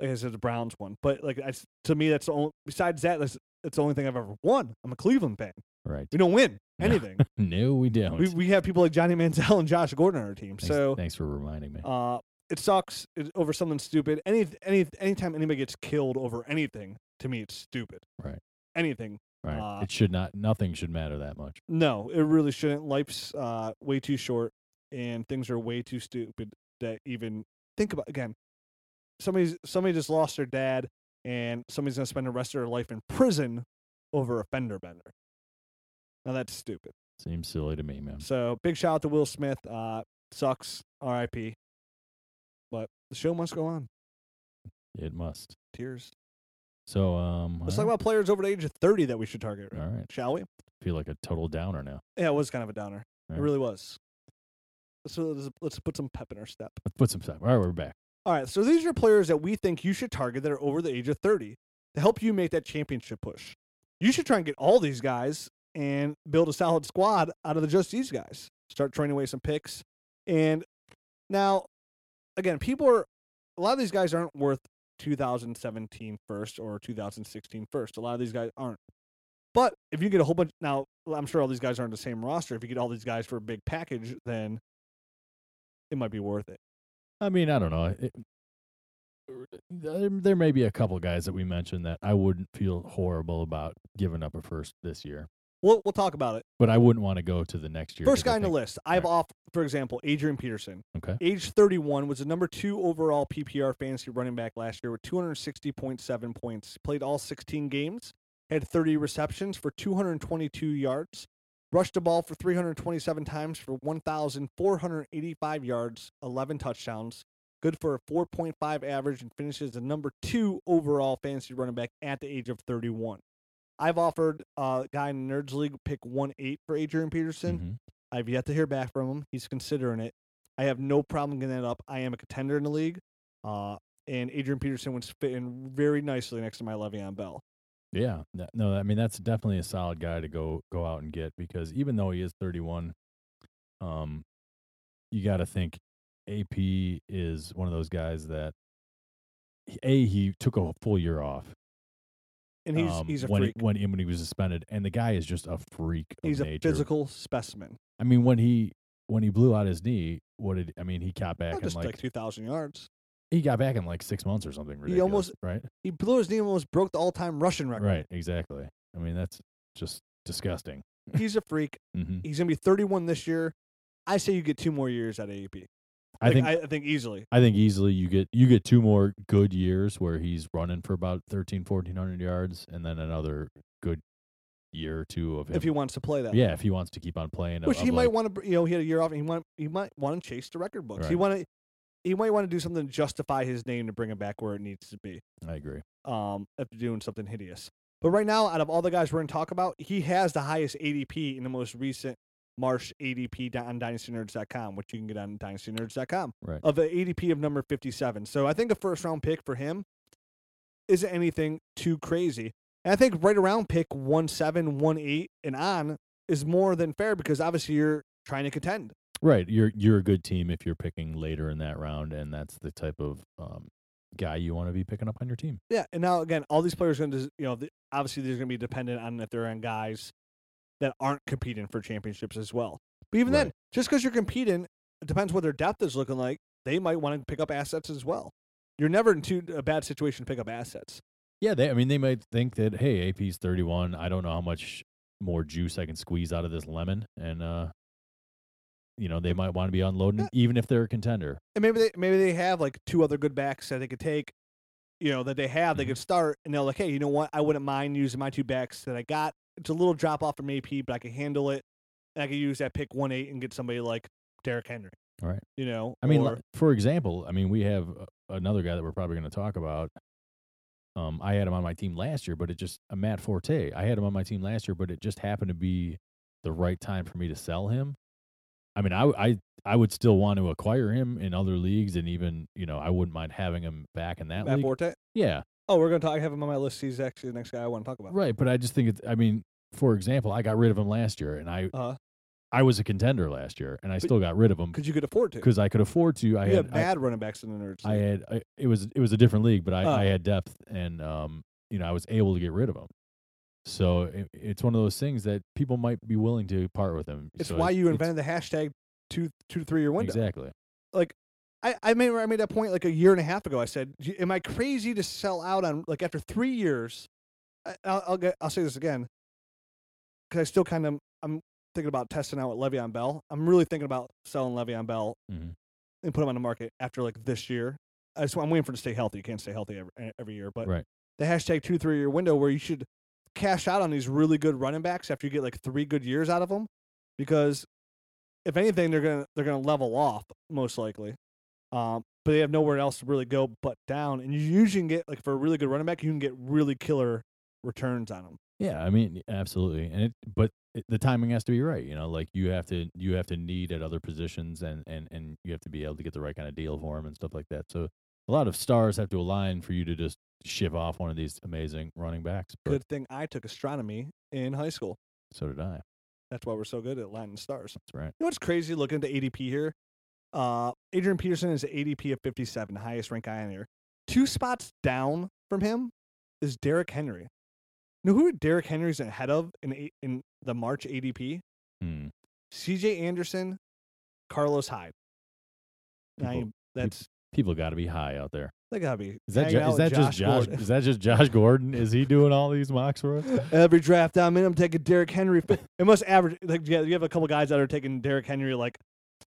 [SPEAKER 2] Like I said, the Browns one, but like I, s- to me, that's the only. Besides that, that's that's the only thing I've ever won. I'm a Cleveland fan.
[SPEAKER 3] Right.
[SPEAKER 2] We don't win
[SPEAKER 3] (laughs) No.
[SPEAKER 2] anything.
[SPEAKER 3] No, we don't.
[SPEAKER 2] we we have people like Johnny Manziel and Josh Gordon on our team.
[SPEAKER 3] thanks,
[SPEAKER 2] so
[SPEAKER 3] thanks for reminding me.
[SPEAKER 2] uh, it sucks it, over something stupid. Any any anytime anybody gets killed over anything, to me, it's stupid.
[SPEAKER 3] Right.
[SPEAKER 2] Anything.
[SPEAKER 3] right.
[SPEAKER 2] uh,
[SPEAKER 3] it should not. Nothing should matter that much.
[SPEAKER 2] No, it really shouldn't. Life's uh, way too short, and things are way too stupid that even think about. Again, somebody's somebody just lost their dad, and somebody's gonna spend the rest of their life in prison over a fender bender. Now that's stupid.
[SPEAKER 3] Seems silly to me, man.
[SPEAKER 2] So big shout out to Will Smith. Uh, sucks. R.I.P. But the show must go on.
[SPEAKER 3] It must.
[SPEAKER 2] Tears.
[SPEAKER 3] So um.
[SPEAKER 2] Let's
[SPEAKER 3] all
[SPEAKER 2] talk
[SPEAKER 3] right.
[SPEAKER 2] about players over the age of 30 that we should target,
[SPEAKER 3] All right.
[SPEAKER 2] shall we?
[SPEAKER 3] Feel like a total downer now.
[SPEAKER 2] Yeah, it was kind of a downer. It
[SPEAKER 3] Right.
[SPEAKER 2] really was. So let's, let's put some pep in our step.
[SPEAKER 3] Let's put some time. All right, we're back.
[SPEAKER 2] All right, so these are players that we think you should target that are over the age of 30 to help you make that championship push. You should try and get all these guys and build a solid squad out of the just these guys. Start trading away some picks. And now, again, people are, a lot of these guys aren't worth 2017 first or 2016 first. A lot of these guys aren't. But if you get a whole bunch now, I'm sure all these guys aren't the same roster. If you get all these guys for a big package, then it might be worth it.
[SPEAKER 3] I mean, I don't know. It, there, there may be a couple guys that we mentioned that I wouldn't feel horrible about giving up a first this year,
[SPEAKER 2] We'll we'll talk about it.
[SPEAKER 3] but I wouldn't want to go to the next year.
[SPEAKER 2] First
[SPEAKER 3] 'cause I
[SPEAKER 2] guy on the
[SPEAKER 3] think-
[SPEAKER 2] list, I've
[SPEAKER 3] Alright.
[SPEAKER 2] off for example, Adrian Peterson.
[SPEAKER 3] Okay.
[SPEAKER 2] Age 31 was the number two overall PPR fantasy running back last year with 260.7 points. Played all 16 games, had 30 receptions for 222 yards, rushed the ball for 327 times for 1,485 yards, 11 touchdowns. Good for a 4.5 average and finishes the number two overall fantasy running back at the age of 31. I've offered uh, guy in Nerds League pick 1 8 for Adrian Peterson.
[SPEAKER 3] Mhm.
[SPEAKER 2] I've yet to hear back from him. He's considering it. I have no problem getting that up. I am a contender in the league. Uh, and Adrian Peterson would fit in very nicely next to my Le'Veon Bell.
[SPEAKER 3] Yeah. that- No, I mean that's definitely a solid guy to go go out and get because even though he is 31, um, you got to think AP is one of those guys that he- a he took a full year off.
[SPEAKER 2] And he's
[SPEAKER 3] um,
[SPEAKER 2] he's a
[SPEAKER 3] when
[SPEAKER 2] freak.
[SPEAKER 3] He, when he- when he was suspended, and the guy is just a freak. Of
[SPEAKER 2] he's a
[SPEAKER 3] nature.
[SPEAKER 2] physical specimen.
[SPEAKER 3] I mean, when he when he blew out his knee, what did I mean? He got back
[SPEAKER 2] Not
[SPEAKER 3] in
[SPEAKER 2] just
[SPEAKER 3] like,
[SPEAKER 2] like, 2,000 yards.
[SPEAKER 3] he got back in like six months or something. Ridiculous,
[SPEAKER 2] He almost-
[SPEAKER 3] right,
[SPEAKER 2] He blew his knee and almost broke the all time rushing record.
[SPEAKER 3] right, (laughs) exactly. I mean, that's just disgusting.
[SPEAKER 2] He's a freak.
[SPEAKER 3] hmm
[SPEAKER 2] He's going to be 31 this year. I say you get two more years at AAP. Like,
[SPEAKER 3] I think
[SPEAKER 2] I, I think easily.
[SPEAKER 3] I think easily you get you get two more good years where he's running for about 13 1400 yards and then another good year or two of him.
[SPEAKER 2] If he wants to play that.
[SPEAKER 3] yeah, if he wants to keep on playing
[SPEAKER 2] Which
[SPEAKER 3] of
[SPEAKER 2] he might
[SPEAKER 3] like-
[SPEAKER 2] want to, you know, he had a year off, and he might he might want to chase the record books. He
[SPEAKER 3] Right.
[SPEAKER 2] want to, he might want to do something to justify his name to bring him back where it needs to be.
[SPEAKER 3] I agree.
[SPEAKER 2] Um, after doing something hideous. But right now, out of all the guys we're going to talk about, he has the highest ADP in the most recent Marsh ADP d- on DynastyNerds.com, which you can get on DynastyNerds.com
[SPEAKER 3] Right.
[SPEAKER 2] of an ADP of number fifty-seven. So I think a first-round pick for him isn't anything too crazy. And I think right around pick one seven, one eight, and on is more than fair because obviously you're trying to contend.
[SPEAKER 3] Right, you're you're a good team if you're picking later in that round and that's the type of um, guy you want to be picking up on your team.
[SPEAKER 2] Yeah, and now again, all these players going to you know the, obviously there's going to be dependent on if they're on guys that aren't competing for championships as well. But even then,
[SPEAKER 3] Right.
[SPEAKER 2] just because you're competing, it depends what their depth is looking like. They might want to pick up assets as well. You're never in too a bad situation to pick up assets.
[SPEAKER 3] Yeah, they I mean they might think that hey, AP's 31, I don't know how much more juice I can squeeze out of this lemon and uh you know, they might want to be unloading
[SPEAKER 2] Yeah.
[SPEAKER 3] even if they're a contender.
[SPEAKER 2] And maybe they maybe they have like two other good backs that they could take, you know, that they have
[SPEAKER 3] Mm-hmm.
[SPEAKER 2] they could start, and they're like, hey, you know what? I wouldn't mind using my two backs that I got. It's a little drop off from AP, but I can handle it. And I could use that pick one eight and get somebody like Derrick Henry.
[SPEAKER 3] Right.
[SPEAKER 2] You know,
[SPEAKER 3] I mean,
[SPEAKER 2] or-
[SPEAKER 3] li- for example, I mean, we have uh, another guy that we're probably going to talk about. Um, I had him on my team last year, but it just uh, Matt Forte. I had him on my team last year, but it just happened to be the right time for me to sell him. I mean, I w- I I would still want to acquire him in other leagues, and even you know, I wouldn't mind having him back in that
[SPEAKER 2] Matt
[SPEAKER 3] league.
[SPEAKER 2] Forte.
[SPEAKER 3] Yeah,
[SPEAKER 2] Oh, we're gonna talk. I have him on my list. He's actually the next guy I want to talk about.
[SPEAKER 3] right. But I just think it's. I mean, for example, I got rid of him last year, and I
[SPEAKER 2] Uh,
[SPEAKER 3] I was a contender last year, and I still got rid of him
[SPEAKER 2] because you could afford to.
[SPEAKER 3] because I could afford to. I
[SPEAKER 2] you
[SPEAKER 3] had
[SPEAKER 2] have
[SPEAKER 3] I-
[SPEAKER 2] bad running backs in the nerds.
[SPEAKER 3] I
[SPEAKER 2] league.
[SPEAKER 3] had I, it was it was a different league, but I, I
[SPEAKER 2] Oh.
[SPEAKER 3] had depth, and um, you know, I was able to get rid of him. So it, it's one of those things that people might be willing to part with him.
[SPEAKER 2] it's
[SPEAKER 3] So
[SPEAKER 2] why
[SPEAKER 3] it-
[SPEAKER 2] you
[SPEAKER 3] it's-
[SPEAKER 2] invented the hashtag two two to three year window.
[SPEAKER 3] exactly.
[SPEAKER 2] I, I made I made that point like a year and a half ago. I said, "Y- "Am I crazy to sell out on like after three years?" I, I'll I'll, get, I'll say this again because I still kind of I'm thinking about testing out with Le'Veon Bell. I'm really thinking about selling Le'Veon Bell
[SPEAKER 3] Mhm.
[SPEAKER 2] and put him on the market after like this year. I just, I'm waiting for him to stay healthy. You can't stay healthy every, e, every year, but
[SPEAKER 3] Right.
[SPEAKER 2] the hashtag two three year window where you should cash out on these really good running backs after you get like three good years out of them because if anything they're gonna they're gonna level off most likely um but they have nowhere else to really go but down and you usually can get like for a really good running back you can get really killer returns on them
[SPEAKER 3] Yeah, I mean, absolutely, and it, but it, the timing has to be right. You know, like you have to you have to need at other positions, and and and you have to be able to get the right kind of deal for him and stuff like that. So a lot of stars have to align for you to just shiv off one of these amazing running backs. But
[SPEAKER 2] good thing i took astronomy in high school
[SPEAKER 3] so did I.
[SPEAKER 2] that's why we're so good at latin stars
[SPEAKER 3] That's right.
[SPEAKER 2] You know what's crazy looking at the ADP here? Uh, Adrian Peterson is the ADP of 57, highest ranked guy on here. Two spots down from him is Derrick Henry. You know who Derrick Henry's ahead of in a- in the March ADP?
[SPEAKER 3] Hmm.
[SPEAKER 2] C.J. Anderson, Carlos Hyde. Now
[SPEAKER 3] People-
[SPEAKER 2] you- that's
[SPEAKER 3] People got to be high out there.
[SPEAKER 2] they gotta be.
[SPEAKER 3] Is that
[SPEAKER 2] hanging
[SPEAKER 3] Jo-
[SPEAKER 2] out
[SPEAKER 3] is
[SPEAKER 2] with
[SPEAKER 3] that just
[SPEAKER 2] (laughs)
[SPEAKER 3] Josh?
[SPEAKER 2] Gordon.
[SPEAKER 3] Is that just Josh Gordon? Is he doing all these mocks
[SPEAKER 2] (laughs)
[SPEAKER 3] for us?
[SPEAKER 2] Every draft I'm in, I'm taking Derrick Henry. fi- It must average like yeah, you have a couple guys that are taking Derrick Henry like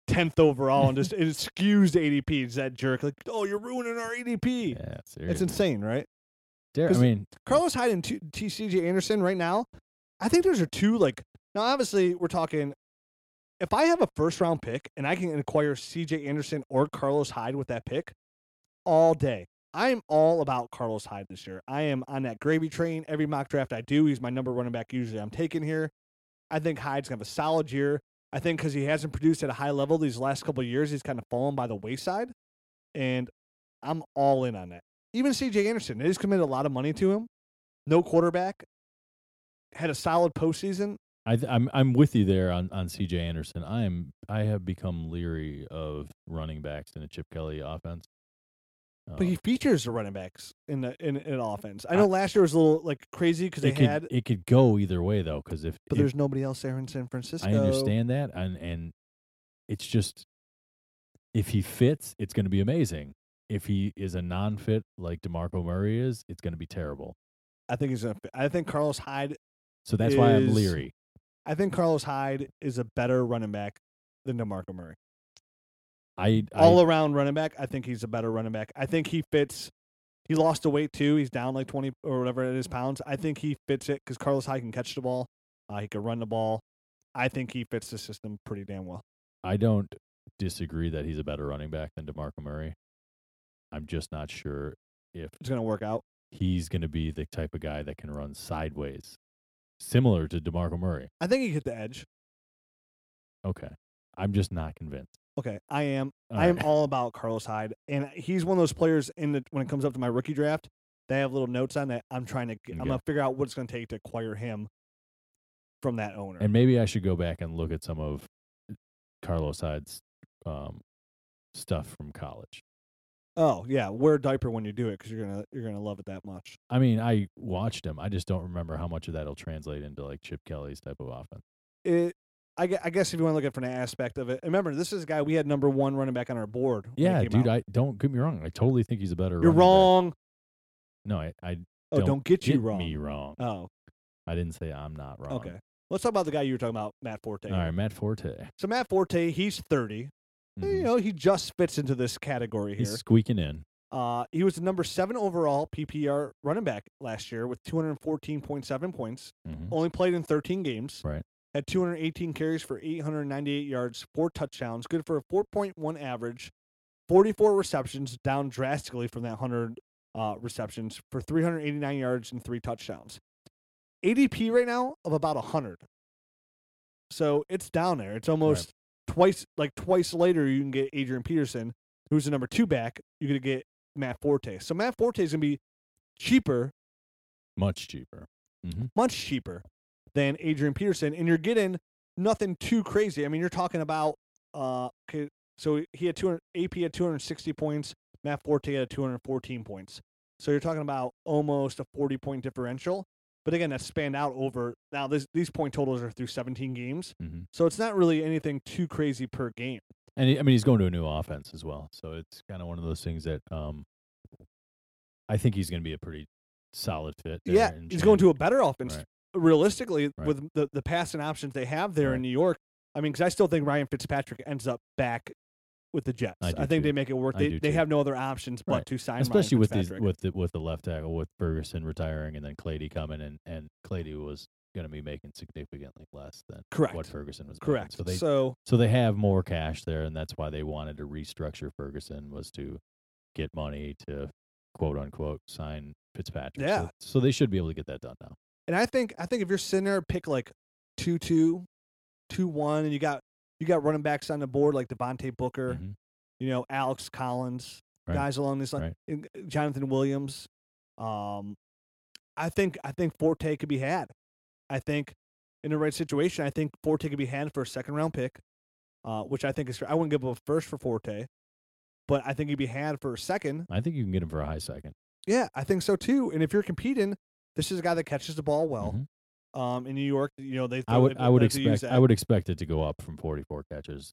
[SPEAKER 2] tenth overall and
[SPEAKER 3] (laughs)
[SPEAKER 2] just it skews the ADP. It's that jerk like, oh, you're ruining our ADP.
[SPEAKER 3] Yeah,
[SPEAKER 2] it's
[SPEAKER 3] seriously.
[SPEAKER 2] insane, right?
[SPEAKER 3] Dar- I
[SPEAKER 2] 'cause-
[SPEAKER 3] mean,
[SPEAKER 2] Carlos Hyde and T- T- C.J. Anderson right now. I think those are two like now. Obviously, we're talking. If I have a first round pick and I can acquire C.J. Anderson or Carlos Hyde with that pick, all day. I am all about Carlos Hyde this year. I am on that gravy train. Every mock draft I do, he's my number running back. Usually, I'm taking here. I think Hyde's gonna have a solid year. I think because he hasn't produced at a high level these last couple of years, he's kind of fallen by the wayside, and I'm all in on that. Even C.J. Anderson, they just committed a lot of money to him no quarterback, had a solid postseason.
[SPEAKER 3] I th- I'm I'm with you there on on C.J. Anderson. I am I have become leery of running backs in a Chip Kelly offense. Um,
[SPEAKER 2] But
[SPEAKER 3] Oh.
[SPEAKER 2] he features the running backs in the in, in offense. I know last year was a little like crazy because they
[SPEAKER 3] it could,
[SPEAKER 2] had,
[SPEAKER 3] it could go either way though, because if,
[SPEAKER 2] but
[SPEAKER 3] if
[SPEAKER 2] there's nobody else there in San Francisco.
[SPEAKER 3] I understand that, and and it's just if he fits, it's going to be amazing. If he is a non-fit like Demarco Murray is, it's going to be terrible.
[SPEAKER 2] I think he's. A, I think Carlos Hyde.
[SPEAKER 3] So that's why I'm
[SPEAKER 2] Is-
[SPEAKER 3] leery.
[SPEAKER 2] I think Carlos Hyde is a better running back than Demarco Murray.
[SPEAKER 3] I, I
[SPEAKER 2] All around running back, I think he's a better running back. I think he fits. He lost the weight too. He's down like twenty or whatever it is pounds. I think he fits it because Carlos Hyde can catch the ball. Uh, he can run the ball. I think he fits the system pretty damn well.
[SPEAKER 3] I don't disagree that he's a better running back than DeMarco Murray. I'm just not sure if
[SPEAKER 2] It's gonna work out.
[SPEAKER 3] he's going to be the type of guy that can run sideways, similar to DeMarco Murray.
[SPEAKER 2] I think he hit the edge.
[SPEAKER 3] Okay. I'm just not convinced.
[SPEAKER 2] Okay, I am.
[SPEAKER 3] All
[SPEAKER 2] I am
[SPEAKER 3] right.
[SPEAKER 2] all about Carlos Hyde, and he's one of those players in the when it comes up to my rookie draft, they have little notes on that. I'm trying to. Get, I'm
[SPEAKER 3] Okay.
[SPEAKER 2] gonna figure out what it's gonna take to acquire him from that owner.
[SPEAKER 3] And maybe I should go back and look at some of uh, Carlos Hyde's um, stuff from college.
[SPEAKER 2] oh yeah, wear a diaper when you do it because you're gonna you're gonna love it that much.
[SPEAKER 3] I mean, I watched him. I just don't remember how much of that'll translate into like Chip Kelly's type of offense.
[SPEAKER 2] It. I gue- I guess if you want to look at it from that aspect of it, and remember this is a guy we had number one running back on our board. when he
[SPEAKER 3] Yeah,
[SPEAKER 2] came
[SPEAKER 3] dude.
[SPEAKER 2] out.
[SPEAKER 3] I don't get me wrong. I totally think he's a better.
[SPEAKER 2] you're
[SPEAKER 3] running
[SPEAKER 2] wrong.
[SPEAKER 3] back. No, I, I
[SPEAKER 2] Oh, don't, get you
[SPEAKER 3] get
[SPEAKER 2] wrong.
[SPEAKER 3] me wrong.
[SPEAKER 2] Oh,
[SPEAKER 3] I didn't say I'm not wrong.
[SPEAKER 2] okay. Let's talk about the guy you were talking about, Matt Forte.
[SPEAKER 3] All right, Matt Forte.
[SPEAKER 2] So Matt Forte, he's 30. Eh, You
[SPEAKER 3] Mhm.
[SPEAKER 2] know, he just fits into this category here.
[SPEAKER 3] He's squeaking in.
[SPEAKER 2] Uh, he was the number seven overall PPR running back last year with 214.7 points.
[SPEAKER 3] Mhm.
[SPEAKER 2] Only played in 13 games.
[SPEAKER 3] Right.
[SPEAKER 2] Had 218 carries for 898 yards, four touchdowns, good for a 4.1 average, 44 receptions, down drastically from that 100 uh, receptions for 389 yards and three touchdowns. ADP right now of about 100. So it's down there. It's almost twice, like twice later, you can get Adrian Peterson, who's the number two back. You're going to get Matt Forte. So Matt Forte is going to be cheaper
[SPEAKER 3] Much cheaper.
[SPEAKER 2] much cheaper than Adrian Peterson, and you're getting nothing too crazy. I mean, you're talking about uh, 'kay, so he had 200 AP had 260 points, Matt Forte had 214 points. So you're talking about almost a 40 point differential. But again, that's spanned out over now. This, these point totals are through 17 games,
[SPEAKER 3] Mhm.
[SPEAKER 2] so it's not really anything too crazy per game.
[SPEAKER 3] And he, I mean, he's going to a new offense as well. So it's kind of one of those things that um, I think he's going to be a pretty solid fit. there
[SPEAKER 2] yeah,
[SPEAKER 3] in
[SPEAKER 2] he's going
[SPEAKER 3] Chan-
[SPEAKER 2] to a better offense
[SPEAKER 3] Right.
[SPEAKER 2] realistically
[SPEAKER 3] Right.
[SPEAKER 2] with the, the passing options they have there
[SPEAKER 3] Right.
[SPEAKER 2] in New York. I mean, because I still think Ryan Fitzpatrick ends up back with the Jets.
[SPEAKER 3] I
[SPEAKER 2] I,
[SPEAKER 3] do
[SPEAKER 2] think
[SPEAKER 3] too.
[SPEAKER 2] they make it work.
[SPEAKER 3] I
[SPEAKER 2] They,
[SPEAKER 3] do
[SPEAKER 2] they
[SPEAKER 3] too.
[SPEAKER 2] have no other options but
[SPEAKER 3] Right.
[SPEAKER 2] to sign, Ryan
[SPEAKER 3] especially with these
[SPEAKER 2] Fitzpatrick.
[SPEAKER 3] with the with the left tackle with Ferguson retiring and then Clady coming and and Clady was going to be making significantly less than what
[SPEAKER 2] correct,
[SPEAKER 3] Ferguson was. making.
[SPEAKER 2] correct.
[SPEAKER 3] So they
[SPEAKER 2] so
[SPEAKER 3] So they have more cash there, and that's why they wanted to restructure Ferguson was to get money to quote unquote sign Fitzpatrick. So-
[SPEAKER 2] Yeah.
[SPEAKER 3] So, they should be able to get that done now.
[SPEAKER 2] And I think I think if you're sitting there pick like two two, two one, and you got you got running backs on the board like Devontae Booker,
[SPEAKER 3] Mhm.
[SPEAKER 2] you know Alex Collins,
[SPEAKER 3] Right.
[SPEAKER 2] guys along this line,
[SPEAKER 3] Right.
[SPEAKER 2] and uh, Jonathan Williams. Um, I think I think Forte could be had. I think in the right situation, I think Forte could be had for a second round pick, uh, which I think is fair. I wouldn't give up a first for Forte, but I think he'd be had for a second.
[SPEAKER 3] I think you can get him for a high second.
[SPEAKER 2] Yeah, I think so too. And if you're competing, This is a guy that catches the ball well.
[SPEAKER 3] Mhm.
[SPEAKER 2] Um, in New York, you know they.
[SPEAKER 3] I
[SPEAKER 2] throw-
[SPEAKER 3] would
[SPEAKER 2] they-
[SPEAKER 3] I would
[SPEAKER 2] they do use
[SPEAKER 3] expect
[SPEAKER 2] that.
[SPEAKER 3] I would expect it to go up from 44 catches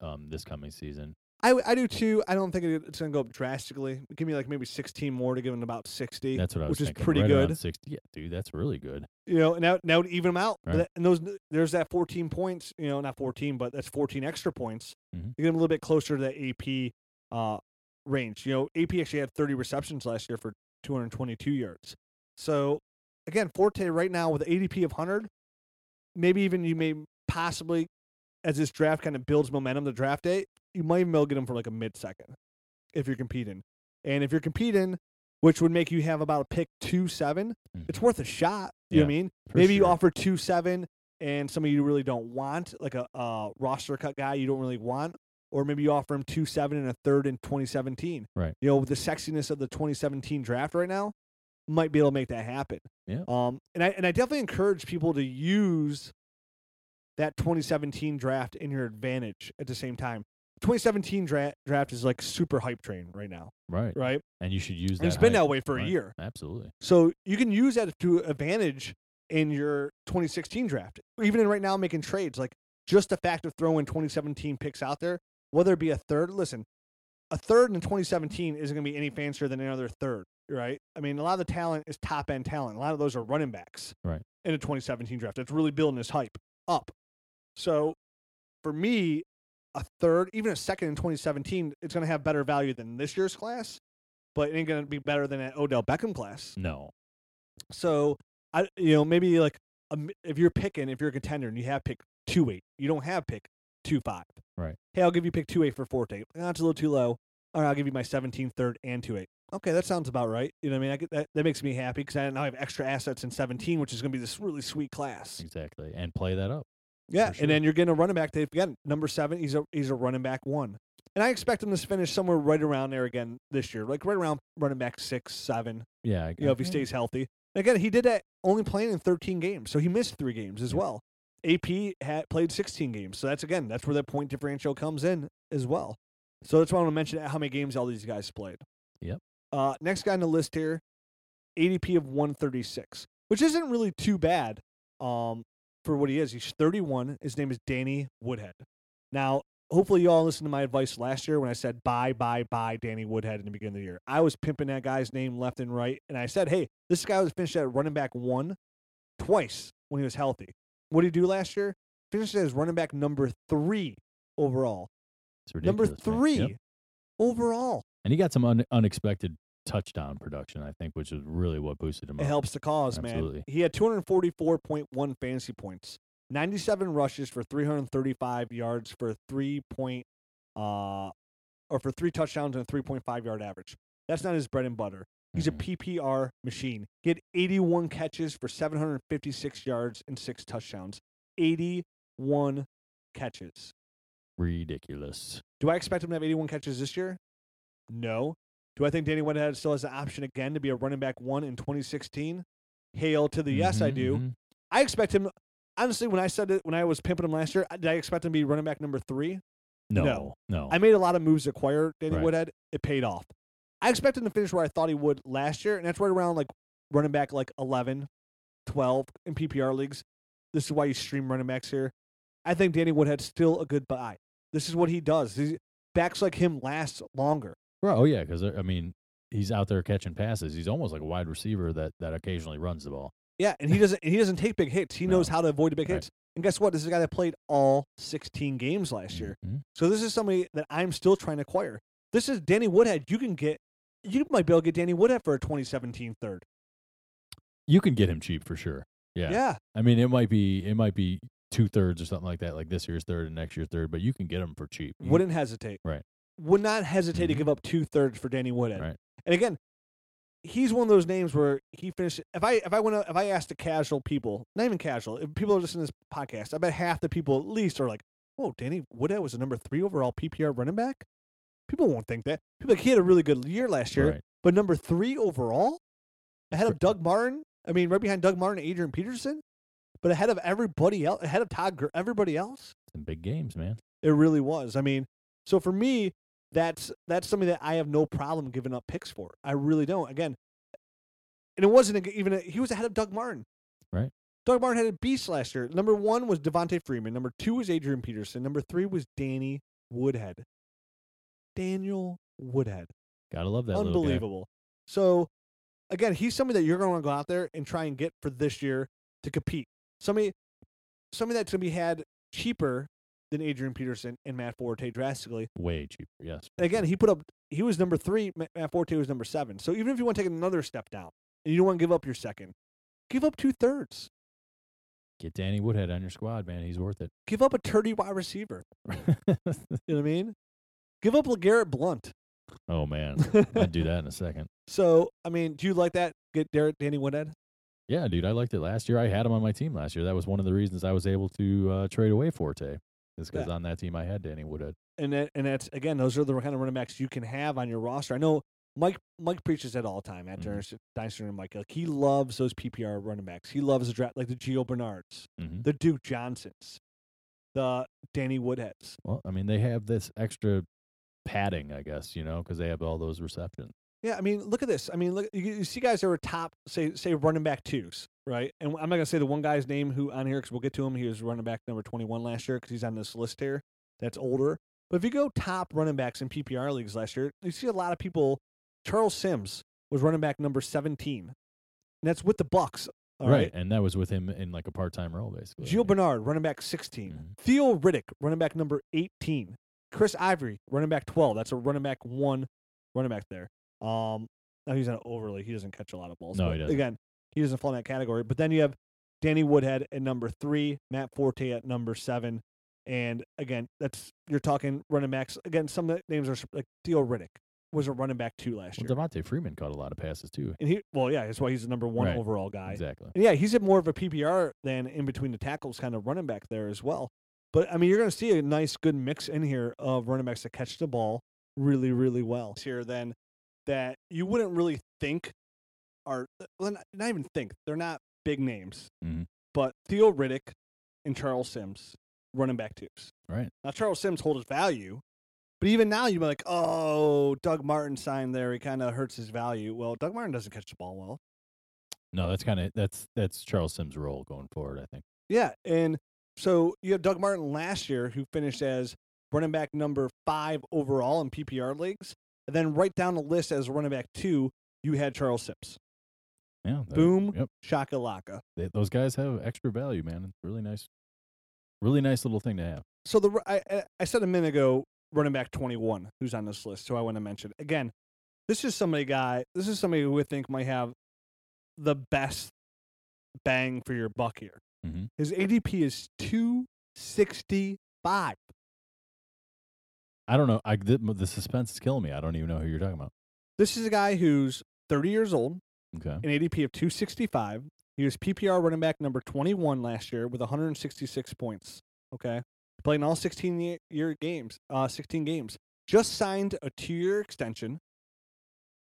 [SPEAKER 3] um this coming season.
[SPEAKER 2] I, w- I do too. I don't think it- it's going to go up drastically. Give me like maybe 16 more to give him about 60.
[SPEAKER 3] That's what I was
[SPEAKER 2] which is
[SPEAKER 3] thinking,
[SPEAKER 2] pretty
[SPEAKER 3] right around
[SPEAKER 2] good.
[SPEAKER 3] 60. Yeah, dude, that's really good.
[SPEAKER 2] you know, and that, and that would even him out. But
[SPEAKER 3] Right.
[SPEAKER 2] that- and those there's that 14 points, you know, not 14, but that's 14 extra points.
[SPEAKER 3] Mhm.
[SPEAKER 2] You get him a little bit closer to that AP uh, range. You know, AP actually had 30 receptions last year for 222 yards. So again, Forte right now with ADP of 100, maybe even you may possibly, as this draft kind of builds momentum to draft date, you might even be able to get him for like a mid second if you're competing. And if you're competing, which would make you have about a pick two seven,
[SPEAKER 3] Mhm.
[SPEAKER 2] it's worth a shot. You know what I mean?
[SPEAKER 3] For
[SPEAKER 2] Maybe you
[SPEAKER 3] sure.
[SPEAKER 2] offer two seven and somebody you really don't want, like a uh, roster cut guy you don't really want, or maybe you offer him two seven and a third in 2017.
[SPEAKER 3] Right.
[SPEAKER 2] You know, with the sexiness of the 2017 draft right now, might be able to make that happen.
[SPEAKER 3] Yeah.
[SPEAKER 2] Um, and I and I definitely encourage people to use that 2017 draft in your advantage at the same time. 2017 dra- draft is like super hype train right now,
[SPEAKER 3] right.
[SPEAKER 2] right?
[SPEAKER 3] And you should use that.
[SPEAKER 2] And it's been
[SPEAKER 3] hype.
[SPEAKER 2] that way for
[SPEAKER 3] Right.
[SPEAKER 2] a year.
[SPEAKER 3] Absolutely.
[SPEAKER 2] So you can use that to advantage in your 2016 draft. Even in right now making trades, like just the fact of throwing 2017 picks out there, whether it be a third, listen, a third in 2017 isn't going to be any fancier than another third, right? I mean, a lot of the talent is top end talent. A lot of those are running backs
[SPEAKER 3] Right.
[SPEAKER 2] in the 2017 draft. That's really building this hype up. So for me, a third, even a second in 2017, it's going to have better value than this year's class, but it ain't going to be better than that Odell Beckham class.
[SPEAKER 3] No.
[SPEAKER 2] So I, you know, maybe like a m if you're picking, if you're a contender and you have pick two eight, you don't have pick two five.
[SPEAKER 3] Right.
[SPEAKER 2] Hey, I'll give you pick two eight for Forte. That's a little too low. All right, I'll give you my 17 third and two eight. Okay, that sounds about right. You know what I mean? I get that. That makes me happy because I now have extra assets in 17, which is going to be this really sweet class.
[SPEAKER 3] Exactly. And play that up.
[SPEAKER 2] Yeah,
[SPEAKER 3] For
[SPEAKER 2] and then
[SPEAKER 3] sure.
[SPEAKER 2] you're getting a running back. They've got number seven. He's a he's a running back one, and I expect him to finish somewhere right around there again this year, like right around running back six, seven
[SPEAKER 3] Yeah. I-
[SPEAKER 2] you know, if he
[SPEAKER 3] yeah.
[SPEAKER 2] stays healthy. And again, he did that only playing in 13 games, so he missed three games as
[SPEAKER 3] Yeah.
[SPEAKER 2] well. AP had played 16 games, so that's again that's where that point differential comes in as well. So that's why I want to mention how many games all these guys played.
[SPEAKER 3] Yep.
[SPEAKER 2] Uh, next guy on the list here, ADP of 136, which isn't really too bad um, for what he is. He's 31. His name is Danny Woodhead. Now, hopefully, you all listened to my advice last year when I said buy, buy, buy Danny Woodhead in the beginning of the year. I was pimping that guy's name left and right, and I said, hey, this guy was finished at running back one twice when he was healthy. What did he do last year? Finished as running back number three overall.
[SPEAKER 3] It's
[SPEAKER 2] Number
[SPEAKER 3] ridiculous, man.
[SPEAKER 2] three
[SPEAKER 3] Yep.
[SPEAKER 2] overall.
[SPEAKER 3] And he got some un- unexpected touchdown production, I think, which is really what boosted him
[SPEAKER 2] It
[SPEAKER 3] up.
[SPEAKER 2] helps the cause, man.
[SPEAKER 3] Absolutely.
[SPEAKER 2] He had 244.1 fantasy points, 97 rushes for 335 yards for three point, uh, or for three touchdowns and a 3.5 yard average. That's not his bread and butter. He's
[SPEAKER 3] Mhm.
[SPEAKER 2] a PPR machine. He had 81 catches for 756 yards and six touchdowns. 81 catches.
[SPEAKER 3] ridiculous.
[SPEAKER 2] Do I expect him to have 81 catches this year? No. Do I think Danny Whitehead still has the option again to be a running back one in 2016? Hail to the yes, I
[SPEAKER 3] Mhm,
[SPEAKER 2] do.
[SPEAKER 3] mhm.
[SPEAKER 2] I expect him. Honestly, when I said it, when I was pimping him last year, I- did I expect him to be running back number three?
[SPEAKER 3] No,
[SPEAKER 2] No.
[SPEAKER 3] no.
[SPEAKER 2] I made a lot of moves to acquire Danny
[SPEAKER 3] Right.
[SPEAKER 2] Woodhead. It paid off. I expect him to finish where I thought he would last year, and that's right around like running back like 11, 12 in PPR leagues. This is why you stream running backs here. I think Danny Woodhead's still a good buy. This is what he does. These backs like him last longer.
[SPEAKER 3] Bro, oh yeah, because I mean, he's out there catching passes. He's almost like a wide receiver that that occasionally runs the ball.
[SPEAKER 2] Yeah, and he doesn't he doesn't take big hits. He knows
[SPEAKER 3] No.
[SPEAKER 2] how to avoid the big
[SPEAKER 3] Right.
[SPEAKER 2] hits. And guess what? This is a guy that played all 16 games last year.
[SPEAKER 3] Mhm.
[SPEAKER 2] So this is somebody that I'm still trying to acquire. This is Danny Woodhead. You can get, you might be able to get Danny Woodhead for a 2017 third.
[SPEAKER 3] You can get him cheap for sure. Yeah.
[SPEAKER 2] Yeah,
[SPEAKER 3] I mean, it might be it might be two thirds or something like that, like this year's third and next year's third, but you can get him for cheap. You-
[SPEAKER 2] wouldn't hesitate.
[SPEAKER 3] Right.
[SPEAKER 2] Would not hesitate to
[SPEAKER 3] Mhm.
[SPEAKER 2] give up two thirds for Danny Woodhead.
[SPEAKER 3] Right.
[SPEAKER 2] And again, he's one of those names where he finished. If I if I went out- if I asked the casual people, not even casual, if people are listening to this podcast, I bet half the people at least are like, "Whoa, Danny Woodhead was the number three overall PPR running back." People won't think that. People are like he had a really good year last year,
[SPEAKER 3] Right.
[SPEAKER 2] but number three overall, ahead of
[SPEAKER 3] Fr-
[SPEAKER 2] Doug Martin. I mean, right behind Doug Martin, Adrian Peterson, but ahead of everybody else, ahead of Todd, Gr- everybody else.
[SPEAKER 3] Some big games, man.
[SPEAKER 2] It really was. I mean, so for me, that's that's something that I have no problem giving up picks for. I really don't. Again, and it wasn't a- even a, he was ahead of Doug Martin.
[SPEAKER 3] Right.
[SPEAKER 2] Doug Martin had a beast last year. Number one was Devontae Freeman. Number two was Adrian Peterson. Number three was Danny Woodhead. Daniel Woodhead.
[SPEAKER 3] Gotta love that. little guy.
[SPEAKER 2] Unbelievable. So again, he's somebody that you're going to go out there and try and get for this year to compete. Somebody, somebody that's going to be had cheaper than Adrian Peterson and Matt Forte drastically.
[SPEAKER 3] Way cheaper. Yes.
[SPEAKER 2] And again, he put up. He was number three. Ma- Matt Forte was number seven. So even if you want to take another step down and you don't want to give up your second, give up two thirds.
[SPEAKER 3] Get Danny Woodhead on your squad, man. He's worth it. (laughs)
[SPEAKER 2] Give up a turdy wide receiver. (laughs) You know what I mean? Give up LeGarrette Blunt.
[SPEAKER 3] oh man, I'd do that in a second.
[SPEAKER 2] (laughs) so I mean, do you like that? Get Derek Danny Woodhead.
[SPEAKER 3] Yeah, dude, I liked it last year. I had him on my team last year. That was one of the reasons I was able to uh, trade away Forte. Is because
[SPEAKER 2] Yeah.
[SPEAKER 3] on that team I had Danny Woodhead.
[SPEAKER 2] and that, and that's again those are the kind of running backs you can have on your roster. I know Mike Mike preaches that all the time at
[SPEAKER 3] Mhm.
[SPEAKER 2] mm Dynasty and Mike. Like he loves those PPR running backs. He loves the draft like the Gio Bernards,
[SPEAKER 3] Mhm.
[SPEAKER 2] the Duke Johnsons, the Danny Woodheads.
[SPEAKER 3] Well, I mean, they have this extra padding, I guess, you know, because they have all those receptions.
[SPEAKER 2] Yeah, I mean, look at this. I mean, look, you, you see guys that were top, say, say running back twos, right? And I'm not gonna say the one guy's name who on here because we'll get to him. He was running back number 21 last year because he's on this list here that's older. But if you go top running backs in PPR leagues last year, you see a lot of people. Charles Sims was running back number 17, and that's with the Bucks. All right.
[SPEAKER 3] And that was with him in like a part time role, basically. I
[SPEAKER 2] Gio
[SPEAKER 3] think.
[SPEAKER 2] Bernard, running back 16.
[SPEAKER 3] Mhm.
[SPEAKER 2] Theo Riddick, running back number 18. Chris Ivory, running back 12. That's a running back one running back there. Um, now he's not overly. He doesn't catch a lot of balls.
[SPEAKER 3] No,
[SPEAKER 2] but
[SPEAKER 3] he doesn't.
[SPEAKER 2] Again, he doesn't fall in that category. But then you have Danny Woodhead at number three, Matt Forte at number seven. And again, that's you're talking running backs. Again, some of the names are s- like Theo Riddick was a running back two last year.
[SPEAKER 3] Well, Devontae Freeman caught a lot of passes, too.
[SPEAKER 2] and he, well, yeah, that's why he's the number one
[SPEAKER 3] Right.
[SPEAKER 2] overall guy.
[SPEAKER 3] Exactly.
[SPEAKER 2] And yeah, he's at more of a PPR than in between the tackles kind of running back there as well. But I mean, you're going to see a nice, good mix in here of running backs that catch the ball really, really well here. Then that you wouldn't really think are uh, well, not, not even think they're not big names,
[SPEAKER 3] Mhm.
[SPEAKER 2] but Theo Riddick and Charles Sims running back twos.
[SPEAKER 3] Right.
[SPEAKER 2] Now Charles Sims holds his value, but even now you'd be like, oh, Doug Martin signed there. He kind of hurts his value. Well, Doug Martin doesn't catch the ball well.
[SPEAKER 3] No, that's kind of that's that's Charles Sims' role going forward, I think.
[SPEAKER 2] Yeah, and so you have Doug Martin last year who finished as running back number five overall in PPR leagues, and then right down the list as running back two, you had Charles Sims.
[SPEAKER 3] Yeah. that-
[SPEAKER 2] Boom.
[SPEAKER 3] Yep.
[SPEAKER 2] Shakalaka.
[SPEAKER 3] They, those guys have extra value, man. It's really nice, really nice little thing to have.
[SPEAKER 2] So the I, I- I said a minute ago, running back twenty one, who's on this list, who I want to mention again. This is somebody guy. This is somebody who I think might have the best bang for your buck here.
[SPEAKER 3] Mhm.
[SPEAKER 2] His ADP is two sixty five.
[SPEAKER 3] I don't know. I the, the suspense is killing me. I don't even know who you're talking about.
[SPEAKER 2] This is a guy who's thirty years old.
[SPEAKER 3] Okay.
[SPEAKER 2] an ADP of 265. He was PPR running back number 21 last year with 166 points. Okay, playing all 16 ye- year games. Uh, 16 games. Just signed a two-year extension.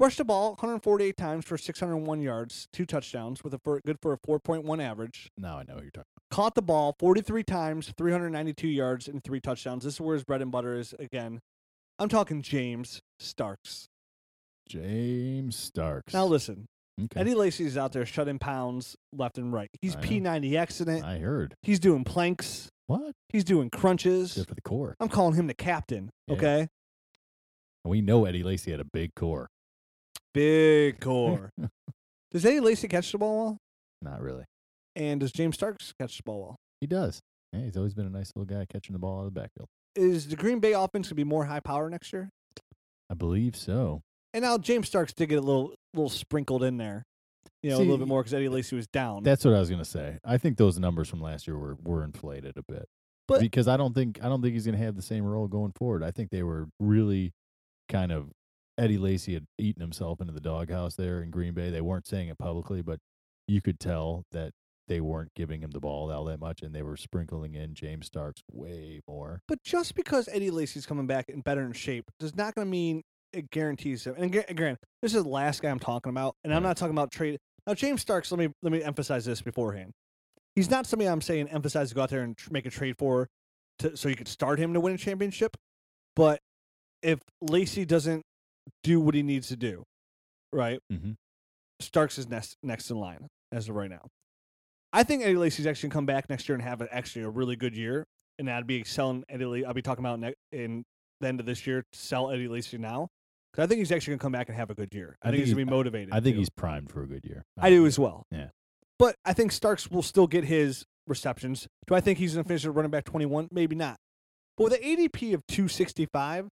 [SPEAKER 2] Rushed the ball 148 times for 601 yards, two touchdowns, with a fir- good for a 4.1 average.
[SPEAKER 3] Now I know who you're talking.
[SPEAKER 2] Caught the ball 43 times, 392 yards, and three touchdowns. This is where his bread and butter is again. I'm talking James Starks.
[SPEAKER 3] James Starks.
[SPEAKER 2] Now listen,
[SPEAKER 3] okay.
[SPEAKER 2] Eddie Lacy's out there shutting pounds left and right. He's
[SPEAKER 3] I know.
[SPEAKER 2] P90Xing it.
[SPEAKER 3] I heard.
[SPEAKER 2] He's doing planks.
[SPEAKER 3] What?
[SPEAKER 2] He's doing crunches.
[SPEAKER 3] Good for the core.
[SPEAKER 2] I'm calling him the captain.
[SPEAKER 3] Yeah.
[SPEAKER 2] Okay.
[SPEAKER 3] We know Eddie Lacy had a big core. (laughs)
[SPEAKER 2] Big core. does Eddie Lacy catch the ball well?
[SPEAKER 3] Not really.
[SPEAKER 2] And does James Starks catch the ball well?
[SPEAKER 3] He does. Yeah, he's always been a nice little guy catching the ball out of the backfield.
[SPEAKER 2] Is the Green Bay offense going to be more high power next year?
[SPEAKER 3] I believe so.
[SPEAKER 2] And now James Starks did get a little little sprinkled in there, you know, a little
[SPEAKER 3] See,
[SPEAKER 2] bit more because Eddie Lacy was down.
[SPEAKER 3] That's what I was gonna say. I think those numbers from last year were, were inflated a bit.
[SPEAKER 2] But-
[SPEAKER 3] because I don't think I don't think he's gonna have the same role going forward. I think they were really kind of Eddie Lacy had eaten himself into the doghouse there in Green Bay. They weren't saying it publicly, but you could tell that they weren't giving him the ball all that much and they were sprinkling in James Starks way more.
[SPEAKER 2] But just because Eddie Lacy's coming back and better in shape does not going to mean it guarantees him. And ag- again, this is the last guy I'm talking about, and I'm
[SPEAKER 3] Right.
[SPEAKER 2] not talking about trade. Now, James Starks, let me let me emphasize this beforehand. He's not somebody I'm saying emphasize to go out there and tr- make a trade for, to, so you could start him to win a championship. But if Lacy doesn't do what he needs to do, right?
[SPEAKER 3] Mhm.
[SPEAKER 2] Starks is next next in line as of right now. I think Eddie Lacy's actually gonna come back next year and have a, actually a really good year, and I'd be selling Eddie. Lacy, I'll be talking about ne- in the end of this year to sell Eddie Lacy now because I think he's actually gonna come back and have a good year. I,
[SPEAKER 3] I
[SPEAKER 2] think,
[SPEAKER 3] think
[SPEAKER 2] he's gonna
[SPEAKER 3] he-
[SPEAKER 2] be motivated.
[SPEAKER 3] I think
[SPEAKER 2] to.
[SPEAKER 3] he's primed for a good year.
[SPEAKER 2] I do as well.
[SPEAKER 3] Yeah.
[SPEAKER 2] But I think Starks will still get his receptions. Do I think he's going to finish at running back 21? Maybe not. But with an ADP of 265,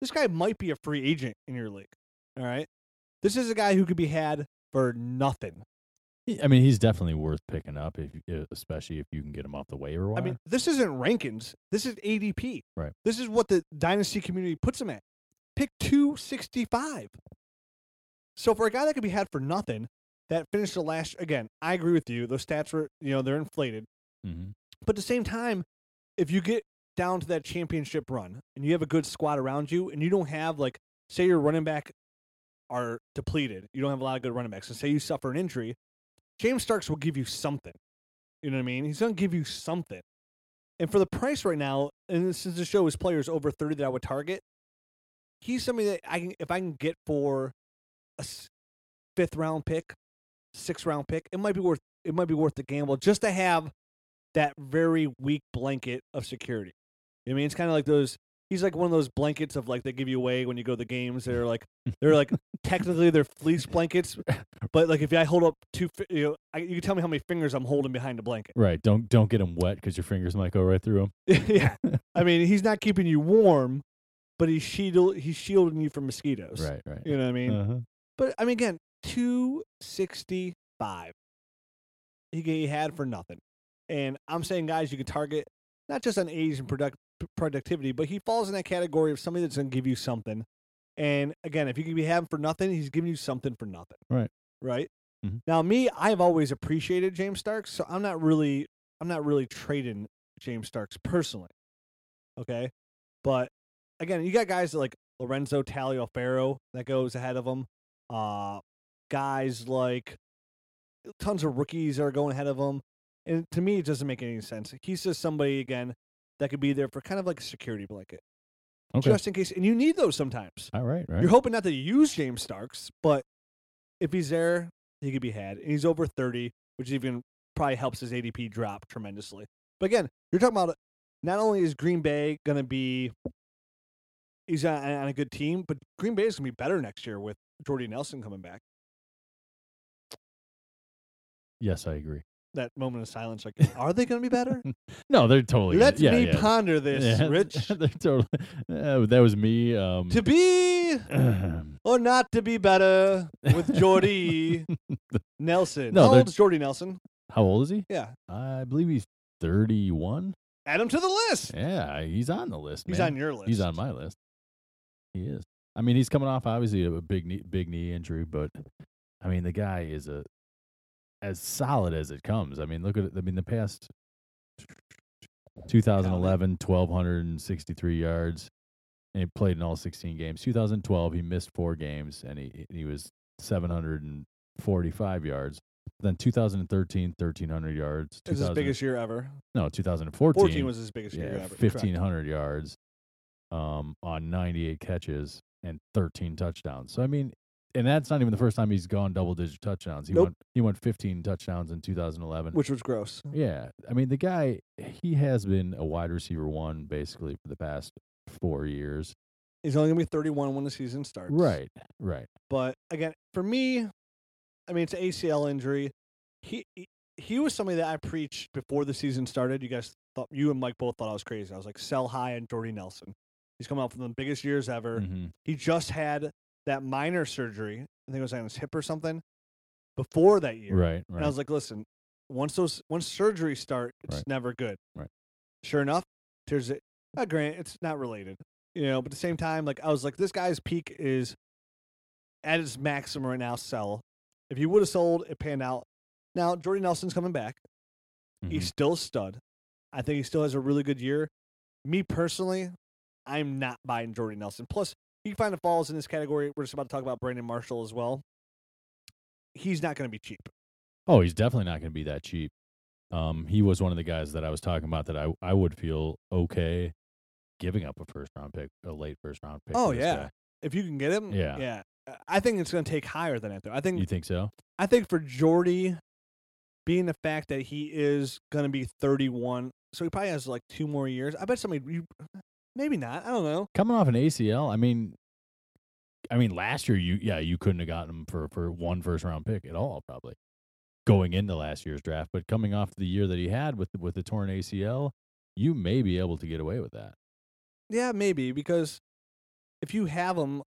[SPEAKER 2] this guy might be a free agent in your league. All right. This is a guy who could be had for nothing.
[SPEAKER 3] He- I mean, he's definitely worth picking up, if you- especially if you can get him off the waiver wire.
[SPEAKER 2] I mean, this isn't rankings. This is ADP.
[SPEAKER 3] Right.
[SPEAKER 2] This is what the dynasty community puts him at. Pick 265. So for a guy that could be had for nothing, that finished the last again, I agree with you. Those stats were, you know, they're inflated.
[SPEAKER 3] Mhm.
[SPEAKER 2] But at the same time, if you get down to that championship run and you have a good squad around you and you don't have like say your running back are depleted, you don't have a lot of good running backs, and say you suffer an injury, James Starks will give you something. You know what I mean? He's gonna give you something. And for the price right now, and since the show is players over thirty that I would target, he's somebody that I can if I can get for a s- fifth round pick, sixth round pick, it might be worth it might be worth the gamble just to have that very weak blanket of security. You know what I mean, it's kind of like those. He's like one of those blankets of like they give you away when you go to the games. They're like they're like technically they're fleece blankets, but like if I hold up two, fi- you know, I, you can tell me how many fingers I'm holding behind the blanket. (laughs)
[SPEAKER 3] Right. Don't don't get him wet because your fingers might go right through him.
[SPEAKER 2] yeah, I mean he's not keeping you warm, but he's shield he's shielding you from mosquitoes.
[SPEAKER 3] Right. Right.
[SPEAKER 2] You know what I mean?
[SPEAKER 3] Uh-huh.
[SPEAKER 2] But I mean, again, two sixty five. He g- he had for nothing, and I'm saying guys, you can target not just on age and product p- productivity, but he falls in that category of somebody that's going to give you something. And again, if you can be having for nothing, he's giving you something for nothing.
[SPEAKER 3] Right.
[SPEAKER 2] Right.
[SPEAKER 3] Mhm.
[SPEAKER 2] Now, me, I've always appreciated James Starks, so I'm not really, I'm not really trading James Starks personally. Okay, but again, you got guys like Lorenzo Taliaferro that goes ahead of him. Uh, guys like tons of rookies are going ahead of him. And to me, it doesn't make any sense. He's just somebody again that could be there for kind of like a security blanket,
[SPEAKER 3] Okay.
[SPEAKER 2] just in case. And you need those sometimes.
[SPEAKER 3] All right. Right.
[SPEAKER 2] You're hoping not to use James Starks, but if he's there, he could be had. And he's over 30, which even probably helps his ADP drop tremendously. But again, you're talking about not only is Green Bay going to be he's on, on a good team, but Green Bay is going to be better next year with Jordy Nelson coming back.
[SPEAKER 3] yes, I agree.
[SPEAKER 2] That moment of silence,
[SPEAKER 3] (laughs)
[SPEAKER 2] like, are they going to be better?
[SPEAKER 3] No, they're totally. gonna-
[SPEAKER 2] Let
[SPEAKER 3] yeah,
[SPEAKER 2] me
[SPEAKER 3] yeah. (laughs)
[SPEAKER 2] ponder this,
[SPEAKER 3] Yeah,
[SPEAKER 2] Rich.
[SPEAKER 3] (laughs) they're totally. Uh, that was me. Um, (clears throat)
[SPEAKER 2] to
[SPEAKER 3] (laughs)
[SPEAKER 2] be or not to be better with
[SPEAKER 3] (laughs)
[SPEAKER 2] Jordy Nelson.
[SPEAKER 3] No,
[SPEAKER 2] How
[SPEAKER 3] they're-
[SPEAKER 2] old is Jordy Nelson?
[SPEAKER 3] how old is he?
[SPEAKER 2] Yeah.
[SPEAKER 3] I believe he's thirty-one.
[SPEAKER 2] Add him to the list.
[SPEAKER 3] Yeah, he's on the list.
[SPEAKER 2] He's
[SPEAKER 3] man.
[SPEAKER 2] on your list.
[SPEAKER 3] He's on my list. He is. I mean, he's coming off obviously of a big knee, big knee injury, but I mean, the guy is a as solid as it comes. I mean, look at it. I mean, the past 2011, 1263 yards, and he played in all 16 games. 2012, he missed four games, and he he was 745 yards. Then 2013, 1300 yards.
[SPEAKER 2] It's his
[SPEAKER 3] 2000
[SPEAKER 2] biggest year ever.
[SPEAKER 3] No, 2014.
[SPEAKER 2] 14 was his biggest year
[SPEAKER 3] Yeah,
[SPEAKER 2] ever.
[SPEAKER 3] fifteen
[SPEAKER 2] Fifteen.
[SPEAKER 3] hundred yards, um, on ninety-eight catches and thirteen touchdowns. So I mean, and that's not even the first time he's gone double-digit touchdowns. He
[SPEAKER 2] Nope.
[SPEAKER 3] went he went fifteen touchdowns in two thousand eleven.
[SPEAKER 2] Which was gross.
[SPEAKER 3] Yeah, I mean the guy he has been a wide receiver one basically for the past four years.
[SPEAKER 2] He's only going to be 31 when the season starts.
[SPEAKER 3] Right, right.
[SPEAKER 2] But again, for me, I mean, it's an ACL injury. He he- he was somebody that I preached before the season started. You guys thought you and Mike both thought I was crazy. I was like, sell high on Jordy Nelson. He's coming out from the biggest years ever.
[SPEAKER 3] Mhm.
[SPEAKER 2] He just had that minor surgery. I think it was on his hip or something before that year.
[SPEAKER 3] Right,
[SPEAKER 2] And I
[SPEAKER 3] right.
[SPEAKER 2] was like, listen, once those once surgeries start, it's
[SPEAKER 3] Right.
[SPEAKER 2] never good.
[SPEAKER 3] Right.
[SPEAKER 2] Sure enough, there's a uh, grant, it's not related. You know, but at the same time, like I was like, this guy's peak is at its maximum right now, sell. If you would have sold, it panned out. Now Jordy Nelson's coming back. He's
[SPEAKER 3] Mhm.
[SPEAKER 2] still a stud. I think he still has a really good year. Me personally, I'm not buying Jordy Nelson. Plus, he kind of falls in this category. We're just about to talk about Brandon Marshall as well. He's not going to be cheap.
[SPEAKER 3] Oh, he's definitely not going to be that cheap. Um, he was one of the guys that I was talking about that I I would feel okay giving up a first round pick, a late first round pick.
[SPEAKER 2] Oh,
[SPEAKER 3] for this
[SPEAKER 2] yeah.
[SPEAKER 3] guy.
[SPEAKER 2] if you can get him,
[SPEAKER 3] Yeah.
[SPEAKER 2] yeah. I- I think it's going to take higher than that, though. I think
[SPEAKER 3] You think so?
[SPEAKER 2] I think for Jordy, being the fact that he is going to be 31, so he probably has like two more years. I bet somebody, you- maybe not. I don't know.
[SPEAKER 3] Coming off an ACL, I mean, I mean, last year you yeah you couldn't have gotten him for for one first round pick at all probably going into last year's draft, but coming off the year that he had with with the torn ACL, you may be able to get away with that.
[SPEAKER 2] Yeah, maybe because if you have him,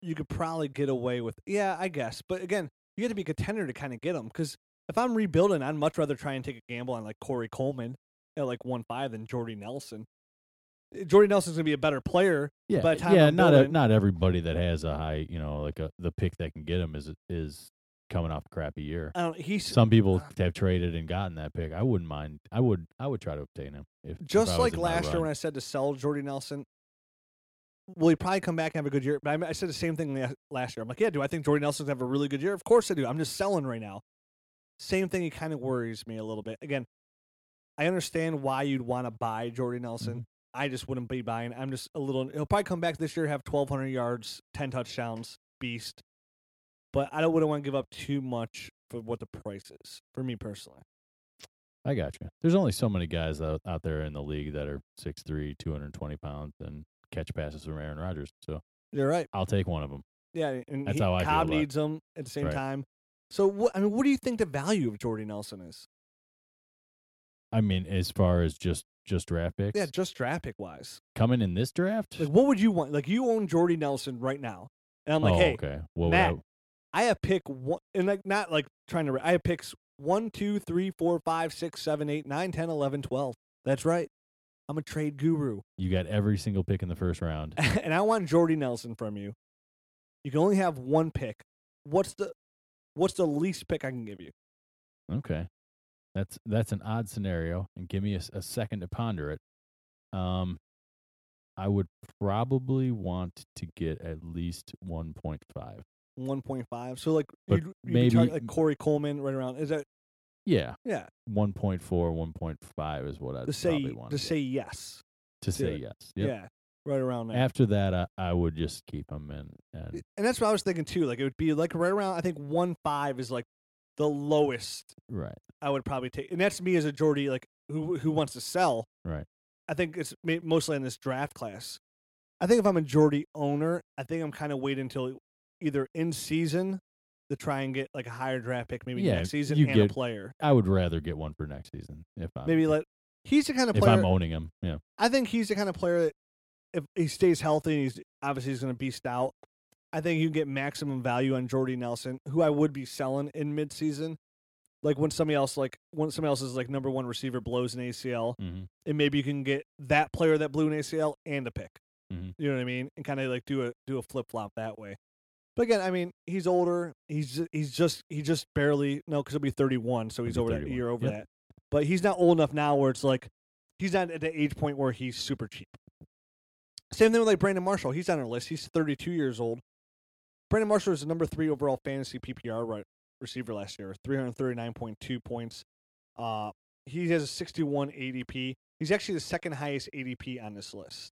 [SPEAKER 2] you could probably get away with. Yeah, I guess. But again, you have to be a contender to kind of get him because if I'm rebuilding, I'd much rather try and take a gamble on like Corey Coleman at like one five than Jordy Nelson. Eh, Jordy Nelson's gonna be a better player.
[SPEAKER 3] Yeah,
[SPEAKER 2] By the time
[SPEAKER 3] yeah,
[SPEAKER 2] I'm
[SPEAKER 3] not a,
[SPEAKER 2] building-
[SPEAKER 3] not everybody that has a high, you know, like a the pick that can get him is is coming off a crappy year.
[SPEAKER 2] I don't. He's (sighs)
[SPEAKER 3] Some people have traded and gotten that pick. I wouldn't mind. I would. I would try to obtain him. If if I
[SPEAKER 2] just
[SPEAKER 3] was
[SPEAKER 2] like
[SPEAKER 3] in my
[SPEAKER 2] last year
[SPEAKER 3] run.
[SPEAKER 2] when I said to sell Jordy Nelson, will he probably come back and have a good year? But I, I said the same thing la- last year. I'm like, yeah, do I think Jordy Nelson's gonna have a really good year? Of course I do. I'm just selling right now. Same thing. He kind of worries me a little bit. Again, I understand why you'd want to buy Jordy Nelson.
[SPEAKER 3] Mm-hmm.
[SPEAKER 2] I just wouldn't be buying. I'm just a little. He'll probably come back this year, have 1,200 yards, 10 touchdowns, beast. But I don't wouldn't want to give up too much for what the price is for me personally.
[SPEAKER 3] I got you. There's only so many guys out, out there in the league that are 6'3", 220 pounds, and catch passes from Aaron Rodgers. So
[SPEAKER 2] You're right.
[SPEAKER 3] I'll take one of them.
[SPEAKER 2] Yeah, and
[SPEAKER 3] That's
[SPEAKER 2] he,
[SPEAKER 3] how I feel
[SPEAKER 2] Cobb
[SPEAKER 3] about it.
[SPEAKER 2] needs them at the same
[SPEAKER 3] Right.
[SPEAKER 2] time. So, what, I mean, what do you think the value of Jordy Nelson is?
[SPEAKER 3] I mean, as far as just just draft picks,
[SPEAKER 2] Yeah, just draft pick wise.
[SPEAKER 3] coming in this draft.
[SPEAKER 2] Like, what would you want? Like, you own Jordy Nelson right now, and I'm like,
[SPEAKER 3] oh,
[SPEAKER 2] hey,
[SPEAKER 3] okay. What would
[SPEAKER 2] Matt,
[SPEAKER 3] I-
[SPEAKER 2] I have pick one, and like not like trying to. I have picks one, two, three, four, five, six, seven, eight, nine, ten, eleven, twelve. That's right. I'm a trade guru, (laughs)
[SPEAKER 3] you got every single pick in the first round.
[SPEAKER 2] and I want Jordy Nelson from you. You can only have one pick. What's the What's the least pick I can give you?
[SPEAKER 3] Okay, that's that's an odd scenario, and give me a, s- a second to ponder it. Um, I would probably want to get at least one point five.
[SPEAKER 2] one point five. So like
[SPEAKER 3] But
[SPEAKER 2] you'd, you'd be talking
[SPEAKER 3] maybe-
[SPEAKER 2] like Corey Coleman right around. Is that
[SPEAKER 3] Yeah,
[SPEAKER 2] yeah?
[SPEAKER 3] 1.4, 1.5 is what I'd
[SPEAKER 2] To say
[SPEAKER 3] probably want
[SPEAKER 2] to say yes.
[SPEAKER 3] to say
[SPEAKER 2] it.
[SPEAKER 3] yes. Yep.
[SPEAKER 2] Yeah, right around there.
[SPEAKER 3] After that, I, I would just keep him in, and
[SPEAKER 2] and that's what I was thinking too. Like it would be like right around. I think one five is like the lowest
[SPEAKER 3] right,
[SPEAKER 2] I would probably take. And that's me as a Jordy like who who wants to sell.
[SPEAKER 3] Right.
[SPEAKER 2] I think it's ma- mostly in this draft class. I think if I'm a Jordy owner, I think I'm kind of waiting until either in season to try and get like a higher draft pick, maybe
[SPEAKER 3] Yeah,
[SPEAKER 2] next season,
[SPEAKER 3] you
[SPEAKER 2] and
[SPEAKER 3] get-
[SPEAKER 2] a player.
[SPEAKER 3] I would rather get one for next season if I'm
[SPEAKER 2] Maybe let. He's the kind of
[SPEAKER 3] if
[SPEAKER 2] player.
[SPEAKER 3] I'm owning him. Yeah,
[SPEAKER 2] I think he's the kind of player that if he stays healthy and he's obviously he's going to beast out, I think you can get maximum value on Jordy Nelson, who I would be selling in midseason. Like when somebody else, like when somebody else's like number one receiver blows an ACL,
[SPEAKER 3] hmm
[SPEAKER 2] and maybe you can get that player that blew an ACL and a pick.
[SPEAKER 3] Mhm.
[SPEAKER 2] You know what I mean? And kind of like do a do a flip flop that way. But again, I mean, he's older. He's ju- he's just he just barely no, because he'll be thirty one, so he's
[SPEAKER 3] be
[SPEAKER 2] over that
[SPEAKER 3] 31.
[SPEAKER 2] year over
[SPEAKER 3] Yep.
[SPEAKER 2] that. But he's not old enough now where it's like he's not at the age point where he's super cheap. Same thing with like Brandon Marshall. He's on our list. He's thirty two years old. Brandon Marshall was the number three overall fantasy PPR re- receiver last year, three hundred thirty nine point two points. Uh, he has a 61 ADP. He's actually the second highest ADP on this list.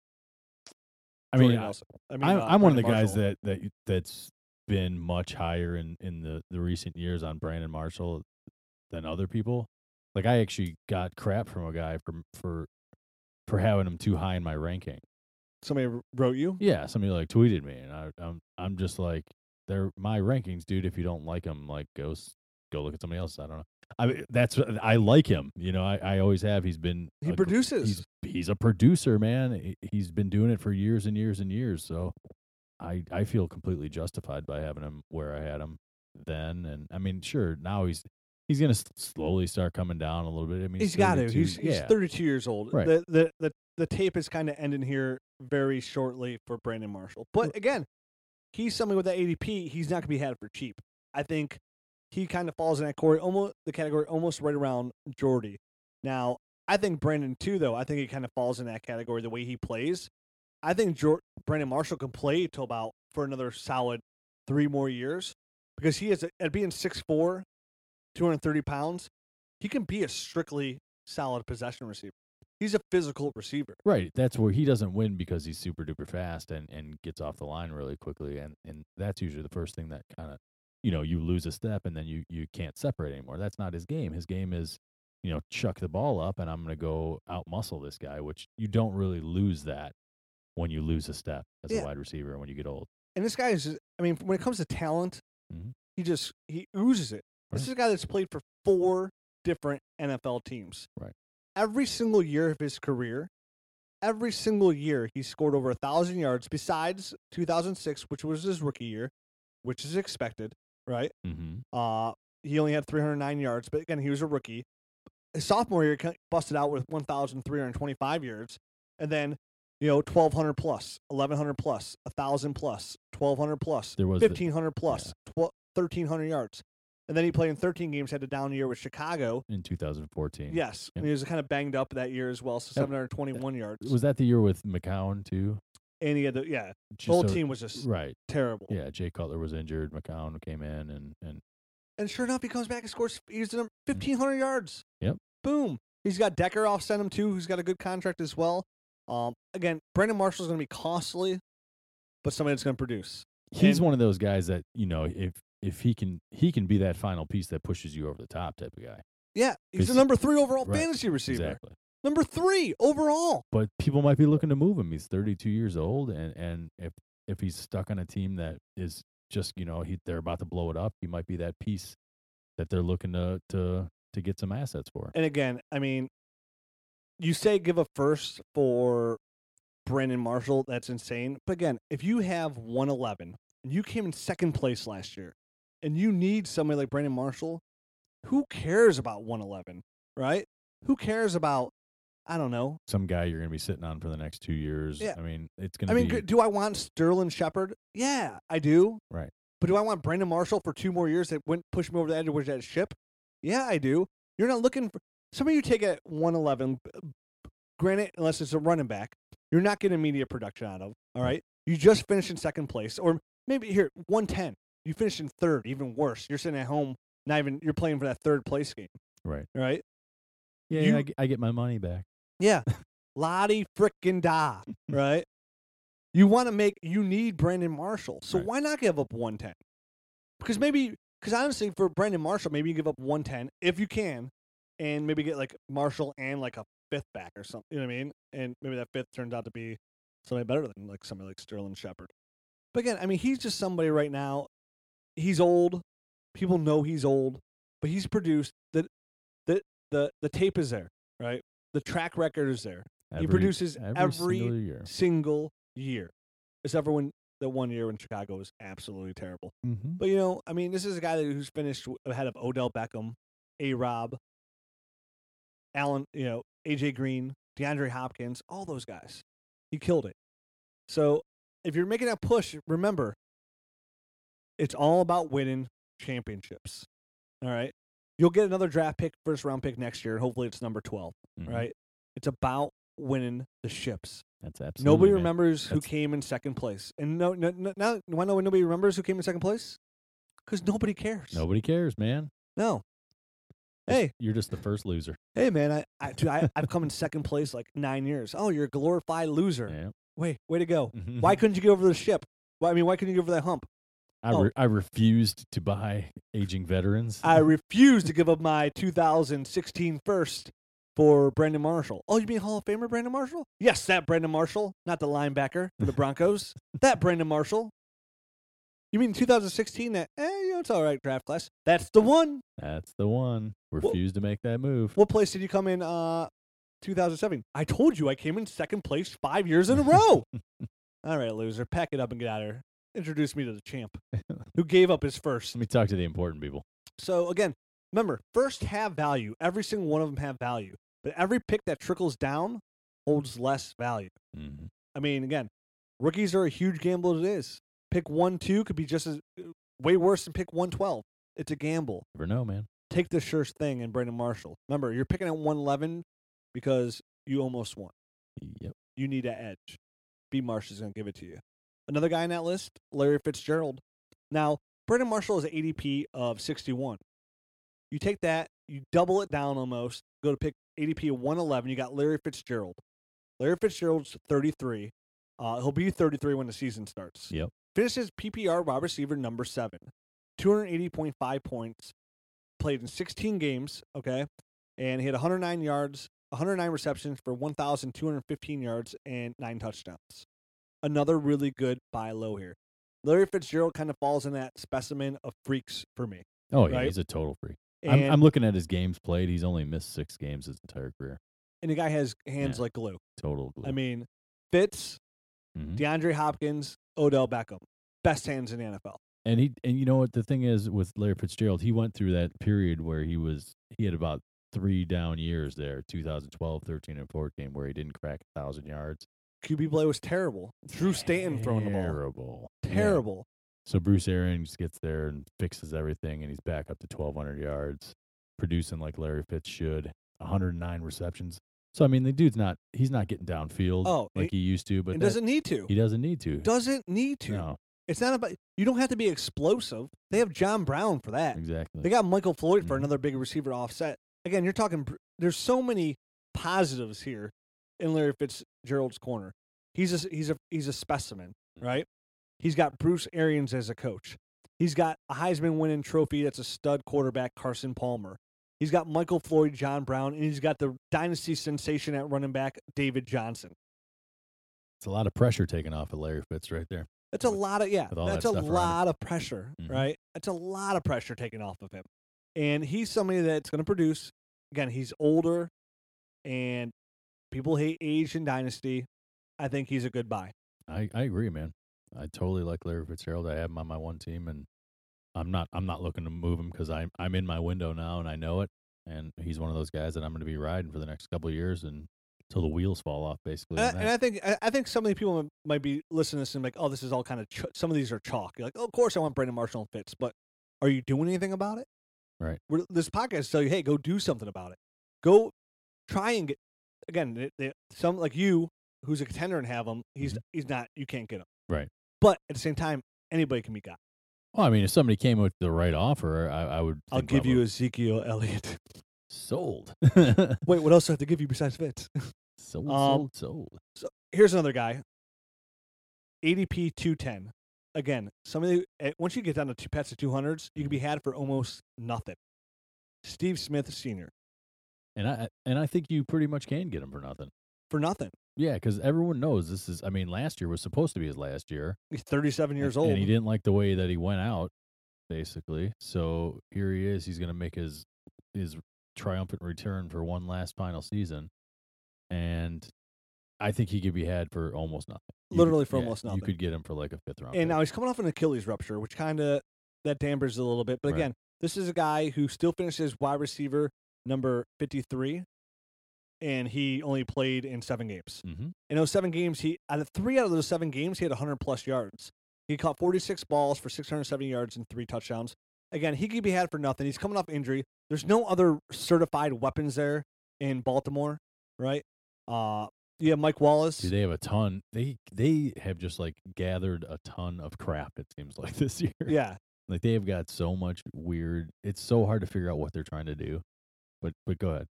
[SPEAKER 3] I mean,
[SPEAKER 2] Jordan
[SPEAKER 3] I,
[SPEAKER 2] Nelson. I mean,
[SPEAKER 3] I'm,
[SPEAKER 2] uh,
[SPEAKER 3] I'm one of the
[SPEAKER 2] Brandon
[SPEAKER 3] guys
[SPEAKER 2] Marshall.
[SPEAKER 3] that that that's been much higher in in the the recent years on Brandon Marshall than other people. Like I actually got crap from a guy from for for having him too high in my ranking.
[SPEAKER 2] somebody wr- wrote you.
[SPEAKER 3] Yeah, somebody like tweeted me, and I, I'm I'm just like, they're my rankings, dude. If you don't like them, like go s- go look at somebody else. I don't know. I mean, that's I like him. You know, I, I always have. He's been
[SPEAKER 2] He
[SPEAKER 3] a gr-
[SPEAKER 2] produces.
[SPEAKER 3] He's he's a producer, man. He- He's been doing it for years and years and years. So I I feel completely justified by having him where I had him then. And I mean, sure, now he's he's gonna s- slowly start coming down a little bit. I mean,
[SPEAKER 2] he's got to.
[SPEAKER 3] 32.
[SPEAKER 2] He's, he's
[SPEAKER 3] yeah.
[SPEAKER 2] 32 years old.
[SPEAKER 3] Right.
[SPEAKER 2] The, the the the tape is kind of ending here very shortly for Brandon Marshall. But again, he's somebody with that ADP. He's not going to be had for cheap. I think he kind of falls in that category, almost the category almost right around Jordy. Now, I think Brandon too, though. I think he kind of falls in that category the way he plays. I think Jor- Brandon Marshall can play till about for another solid three more years because he is at being 6'4", 230 pounds. He can be a strictly solid possession receiver. He's a physical receiver.
[SPEAKER 3] Right. That's where he doesn't win because he's super duper fast and, and gets off the line really quickly. And, and that's usually the first thing that kind of, you know, you lose a step and then you, you can't separate anymore. That's not his game. His game is, you know, chuck the ball up and I'm going to go out muscle this guy, which you don't really lose that when you lose a step as
[SPEAKER 2] Yeah.
[SPEAKER 3] a wide receiver and when you get old.
[SPEAKER 2] And this guy is, just- I mean, when it comes to talent,
[SPEAKER 3] Mhm.
[SPEAKER 2] he just he oozes it. This
[SPEAKER 3] Right.
[SPEAKER 2] is a guy that's played for four different NFL teams.
[SPEAKER 3] Right.
[SPEAKER 2] Every single year of his career, every single year he scored over a thousand yards. Besides 2006, which was his rookie year, which is expected, right?
[SPEAKER 3] Mm-hmm.
[SPEAKER 2] Uh, he only had 309 yards, but again, he was a rookie. His sophomore year cut- busted out with 1,325 yards, and then you know 1,200 plus, 1,100 plus, 1,000 plus, 1,200 plus,
[SPEAKER 3] There was the-
[SPEAKER 2] 1,500 plus, twel- 1,300 yards, and then he played in 13 games, had a down year with Chicago.
[SPEAKER 3] in 2014.
[SPEAKER 2] Yes,
[SPEAKER 3] Yeah.
[SPEAKER 2] and he was kind of banged up that year as well, so
[SPEAKER 3] Yep.
[SPEAKER 2] 721 yards,
[SPEAKER 3] Was that the year with McCown too?
[SPEAKER 2] and he had the yeah,
[SPEAKER 3] Just
[SPEAKER 2] the whole
[SPEAKER 3] so-
[SPEAKER 2] team was just
[SPEAKER 3] Right.
[SPEAKER 2] terrible.
[SPEAKER 3] Yeah. Jay Cutler was injured. McCown came in and, and
[SPEAKER 2] And sure enough, he comes back and scores. He's the number- 1,500 yards.
[SPEAKER 3] Mm-hmm. Yep.
[SPEAKER 2] Boom. He's got Decker off, send him too, who's got a good contract as well. Um, again, Brandon Marshall's going to be costly, but somebody that's going to produce.
[SPEAKER 3] he's
[SPEAKER 2] And-
[SPEAKER 3] one of those guys that you know if if he can he can be that final piece that pushes you over the top type of guy.
[SPEAKER 2] Yeah. He's the
[SPEAKER 3] Is-
[SPEAKER 2] number three overall
[SPEAKER 3] right,
[SPEAKER 2] fantasy receiver.
[SPEAKER 3] Exactly.
[SPEAKER 2] Number three overall.
[SPEAKER 3] But people might be looking to move him. He's 32 years old, and and if if he's stuck on a team that is just you know he they're about to blow it up, he might be that piece that they're looking to to to get some assets for.
[SPEAKER 2] And again, I mean, you say give a first for Brandon Marshall. That's insane. But again, if you have 111 and you came in second place last year and you need somebody like Brandon Marshall, who cares about 111, right? Who cares about, I don't know.
[SPEAKER 3] Some guy you're going to be sitting on for the next two years.
[SPEAKER 2] Yeah.
[SPEAKER 3] I mean, it's going
[SPEAKER 2] I
[SPEAKER 3] to
[SPEAKER 2] mean,
[SPEAKER 3] be
[SPEAKER 2] g- do I want Sterling Shepard? Yeah, I do.
[SPEAKER 3] Right.
[SPEAKER 2] But do I want Brandon Marshall for two more years that wouldn't push me over the edge of that ship? Yeah, I do. You're not looking for some of you take it at 111. b- b- Granted, unless it's a running back, you're not getting media production out of. All right, you just finished in second place, or maybe here 110. You finished in third, even worse. You're sitting at home, not even you're playing for that third place game.
[SPEAKER 3] Right.
[SPEAKER 2] All right.
[SPEAKER 3] yeah.
[SPEAKER 2] you-
[SPEAKER 3] I, g- I get my money back.
[SPEAKER 2] Yeah. Lottie frickin' da, right? You want to make, you need Brandon Marshall. So
[SPEAKER 3] Right.
[SPEAKER 2] why not give up 110? Because maybe, because honestly, for Brandon Marshall, maybe you give up 110 if you can, and maybe get like Marshall and like a fifth back or something. You know what I mean? And maybe that fifth turns out to be somebody better than like somebody like Sterling Shepard. But again, I mean, he's just somebody right now. He's old. People know he's old, but he's produced. The, the, the, the tape is there, right? The track record is there
[SPEAKER 3] Every,
[SPEAKER 2] he produces
[SPEAKER 3] every,
[SPEAKER 2] every,
[SPEAKER 3] single year.
[SPEAKER 2] single year, except for when the one year when Chicago was absolutely terrible.
[SPEAKER 3] Mm-hmm.
[SPEAKER 2] But you know, I mean, this is a guy that- who's finished w- ahead of Odell Beckham, A. Rob, Allen, you know, AJ Green, DeAndre Hopkins, all those guys. He killed it. So if you're making that push, remember, it's all about winning championships. All right. You'll get another draft pick, first round pick next year. Hopefully, it's number 12
[SPEAKER 3] mm-hmm.
[SPEAKER 2] right? It's about winning the ships.
[SPEAKER 3] That's absolutely
[SPEAKER 2] nobody
[SPEAKER 3] man.
[SPEAKER 2] remembers who
[SPEAKER 3] That's-
[SPEAKER 2] came in second place. And no, no, no, now, you wanna know why nobody remembers who came in second place? Because nobody cares.
[SPEAKER 3] Nobody cares, man.
[SPEAKER 2] No.
[SPEAKER 3] Just-
[SPEAKER 2] Hey,
[SPEAKER 3] you're just the first loser.
[SPEAKER 2] hey, man, I, I, dude, I, I've come in second place like nine years. Oh, you're a glorified loser.
[SPEAKER 3] Yeah. Mm-hmm.
[SPEAKER 2] Wait, way to go. Why couldn't you get over the ship? Why, I mean, why couldn't you get over that hump?
[SPEAKER 3] I,
[SPEAKER 2] Oh.
[SPEAKER 3] re- I refused to buy aging veterans.
[SPEAKER 2] I refuse to give up my 2016 first for Brandon Marshall. Oh, you mean Hall of Famer Brandon Marshall? Yes, that Brandon Marshall, not the linebacker for the Broncos. that Brandon Marshall. You mean 2016? That eh, you know it's all right draft class. That's the one.
[SPEAKER 3] That's the one. Refused to make that move.
[SPEAKER 2] What place did you come in? Uh, 2007. I told you I came in second place five years in a row. all right, loser, pack it up and get out of here. Introduce me to the champ who gave up his first.
[SPEAKER 3] Let me talk to the important people.
[SPEAKER 2] So again, remember, first have value. Every single one of them have value, but every pick that trickles down holds less value.
[SPEAKER 3] Mhm.
[SPEAKER 2] I mean, again, rookies are a huge gamble. As it is pick one two could be just as uh, way worse than pick one twelve. It's a gamble.
[SPEAKER 3] Never know, man.
[SPEAKER 2] Take the sure thing and Brandon Marshall. Remember, you're picking at one eleven because you almost won.
[SPEAKER 3] Yep.
[SPEAKER 2] You need an edge. B. Marsh is going to give it to you. Another guy on that list, Larry Fitzgerald. Now, Brandon Marshall is an ADP of 61. You take that, you double it down almost, go to pick ADP 111. You got Larry Fitzgerald. Larry Fitzgerald's 33. Uh, he'll be 33 when the season starts.
[SPEAKER 3] Yep.
[SPEAKER 2] Finishes PPR wide receiver number seven, 280.5 points, played in 16 games. Okay. And he had 109 yards, 109 receptions for 1,215 yards and nine touchdowns. Another really good buy low here. Larry Fitzgerald kind of falls in that specimen of freaks for me.
[SPEAKER 3] Oh yeah,
[SPEAKER 2] Right.
[SPEAKER 3] he's a total freak.
[SPEAKER 2] And,
[SPEAKER 3] I'm, I'm looking at his games played. He's only missed six games his entire career.
[SPEAKER 2] and the guy has hands
[SPEAKER 3] Yeah.
[SPEAKER 2] like glue.
[SPEAKER 3] Total.
[SPEAKER 2] I mean, Fitz,
[SPEAKER 3] Mhm.
[SPEAKER 2] DeAndre Hopkins, Odell Beckham, best hands in the NFL.
[SPEAKER 3] and he and you know what the thing is with Larry Fitzgerald, he went through that period where he was he had about three down years there, 2012, 13, and 14, where he didn't crack a thousand yards.
[SPEAKER 2] QB play was terrible. Drew Stanton throwing the ball,
[SPEAKER 3] Terrible. Yeah.
[SPEAKER 2] terrible.
[SPEAKER 3] So Bruce Arians gets there and fixes everything, and he's back up to 1,200 yards, producing like Larry Fitz should, 109 receptions. So I mean, the dude's not he's not getting downfield
[SPEAKER 2] Oh,
[SPEAKER 3] like he used to, but
[SPEAKER 2] and
[SPEAKER 3] that-
[SPEAKER 2] doesn't need to.
[SPEAKER 3] he doesn't need to.
[SPEAKER 2] Doesn't need to.
[SPEAKER 3] No,
[SPEAKER 2] It's not about. You don't have to be explosive. They have John Brown for that.
[SPEAKER 3] exactly.
[SPEAKER 2] They got Michael Floyd for
[SPEAKER 3] Mhm.
[SPEAKER 2] another big receiver offset. Again, you're talking. pr- There's so many positives here in Larry Fitzgerald's corner. He's a s- he's a he's a specimen, right? He's got Bruce Arians as a coach. He's got a Heisman winning trophy that's a stud quarterback, Carson Palmer. He's got Michael Floyd, John Brown, and he's got the dynasty sensation at running back, David Johnson.
[SPEAKER 3] it's a lot of pressure taken off of Larry Fitz right there.
[SPEAKER 2] That's a
[SPEAKER 3] With-
[SPEAKER 2] lot of yeah.
[SPEAKER 3] with all that
[SPEAKER 2] That's a
[SPEAKER 3] stuff around him.
[SPEAKER 2] lot of pressure,
[SPEAKER 3] Mhm.
[SPEAKER 2] right? That's a lot of pressure taken off of him, and he's somebody that's going to produce. Again, he's older, and people hate age and dynasty. I think he's a good buy.
[SPEAKER 3] I, I agree, man. I totally like Larry Fitzgerald. I have him on my one team, and I'm not I'm not looking to move him because I'm I'm in my window now, and I know it. And he's one of those guys that I'm going to be riding for the next couple of years, and until the wheels fall off, basically.
[SPEAKER 2] And I,
[SPEAKER 3] on
[SPEAKER 2] and
[SPEAKER 3] that.
[SPEAKER 2] I think I, I think so many people m- might be listening to this and like, oh, this is all kind of ch- some of these are chalk. You're like, oh, of course I want Brandon Marshall and Fitz, but are you doing anything about it?
[SPEAKER 3] Right.
[SPEAKER 2] We're, this podcast tell you, hey, go do something about it. Go try and get again. They, they, some like you, who's a contender and have him. He's he's not. You can't get him.
[SPEAKER 3] Mm-hmm. Right.
[SPEAKER 2] But at the same time, anybody can be got.
[SPEAKER 3] well, I mean, if somebody came with the right offer, I, I would.
[SPEAKER 2] I'll
[SPEAKER 3] think about
[SPEAKER 2] give you
[SPEAKER 3] moving.
[SPEAKER 2] Ezekiel Elliott. (laughs)
[SPEAKER 3] sold. (laughs)
[SPEAKER 2] Wait, what else do I have to give you besides Fitz?
[SPEAKER 3] sold,
[SPEAKER 2] Um,
[SPEAKER 3] sold, sold.
[SPEAKER 2] here's another guy. ADP two ten. Again, some of the eh, once you get down to two pets of two hundreds, you can be had for almost nothing. Steve Smith Senior
[SPEAKER 3] And I and I think you pretty much can get him for nothing.
[SPEAKER 2] for nothing.
[SPEAKER 3] Yeah, because everyone knows this is. I mean, last year was supposed to be his last year.
[SPEAKER 2] He's thirty seven years
[SPEAKER 3] and-
[SPEAKER 2] old.
[SPEAKER 3] And he didn't like the way that he went out, basically. So here he is. He's going to make his his triumphant return for one last final season, and I think he could be had for almost nothing. You could-
[SPEAKER 2] Literally for
[SPEAKER 3] yeah,
[SPEAKER 2] almost
[SPEAKER 3] You
[SPEAKER 2] nothing.
[SPEAKER 3] could get him for like a fifth round.
[SPEAKER 2] And
[SPEAKER 3] pick.
[SPEAKER 2] now he's coming off an Achilles rupture, which kind of that dampers it a little bit. But
[SPEAKER 3] Right.
[SPEAKER 2] again, this is a guy who still finishes wide receiver number fifty three, and he only played in seven games.
[SPEAKER 3] Mhm.
[SPEAKER 2] In those seven games, he out of three out of those seven games, he had 100 plus yards. He caught 46 balls for 670 yards and three touchdowns. Again, he could be had for nothing. He's coming off injury. There's no other certified weapons there in Baltimore, right? Uh, you have Mike Wallace.
[SPEAKER 3] Dude, they have a ton. They they have just like gathered a ton of crap. It seems like (laughs) this year.
[SPEAKER 2] yeah,
[SPEAKER 3] Like they have got so much weird. It's so hard to figure out what they're trying to do. But but go ahead.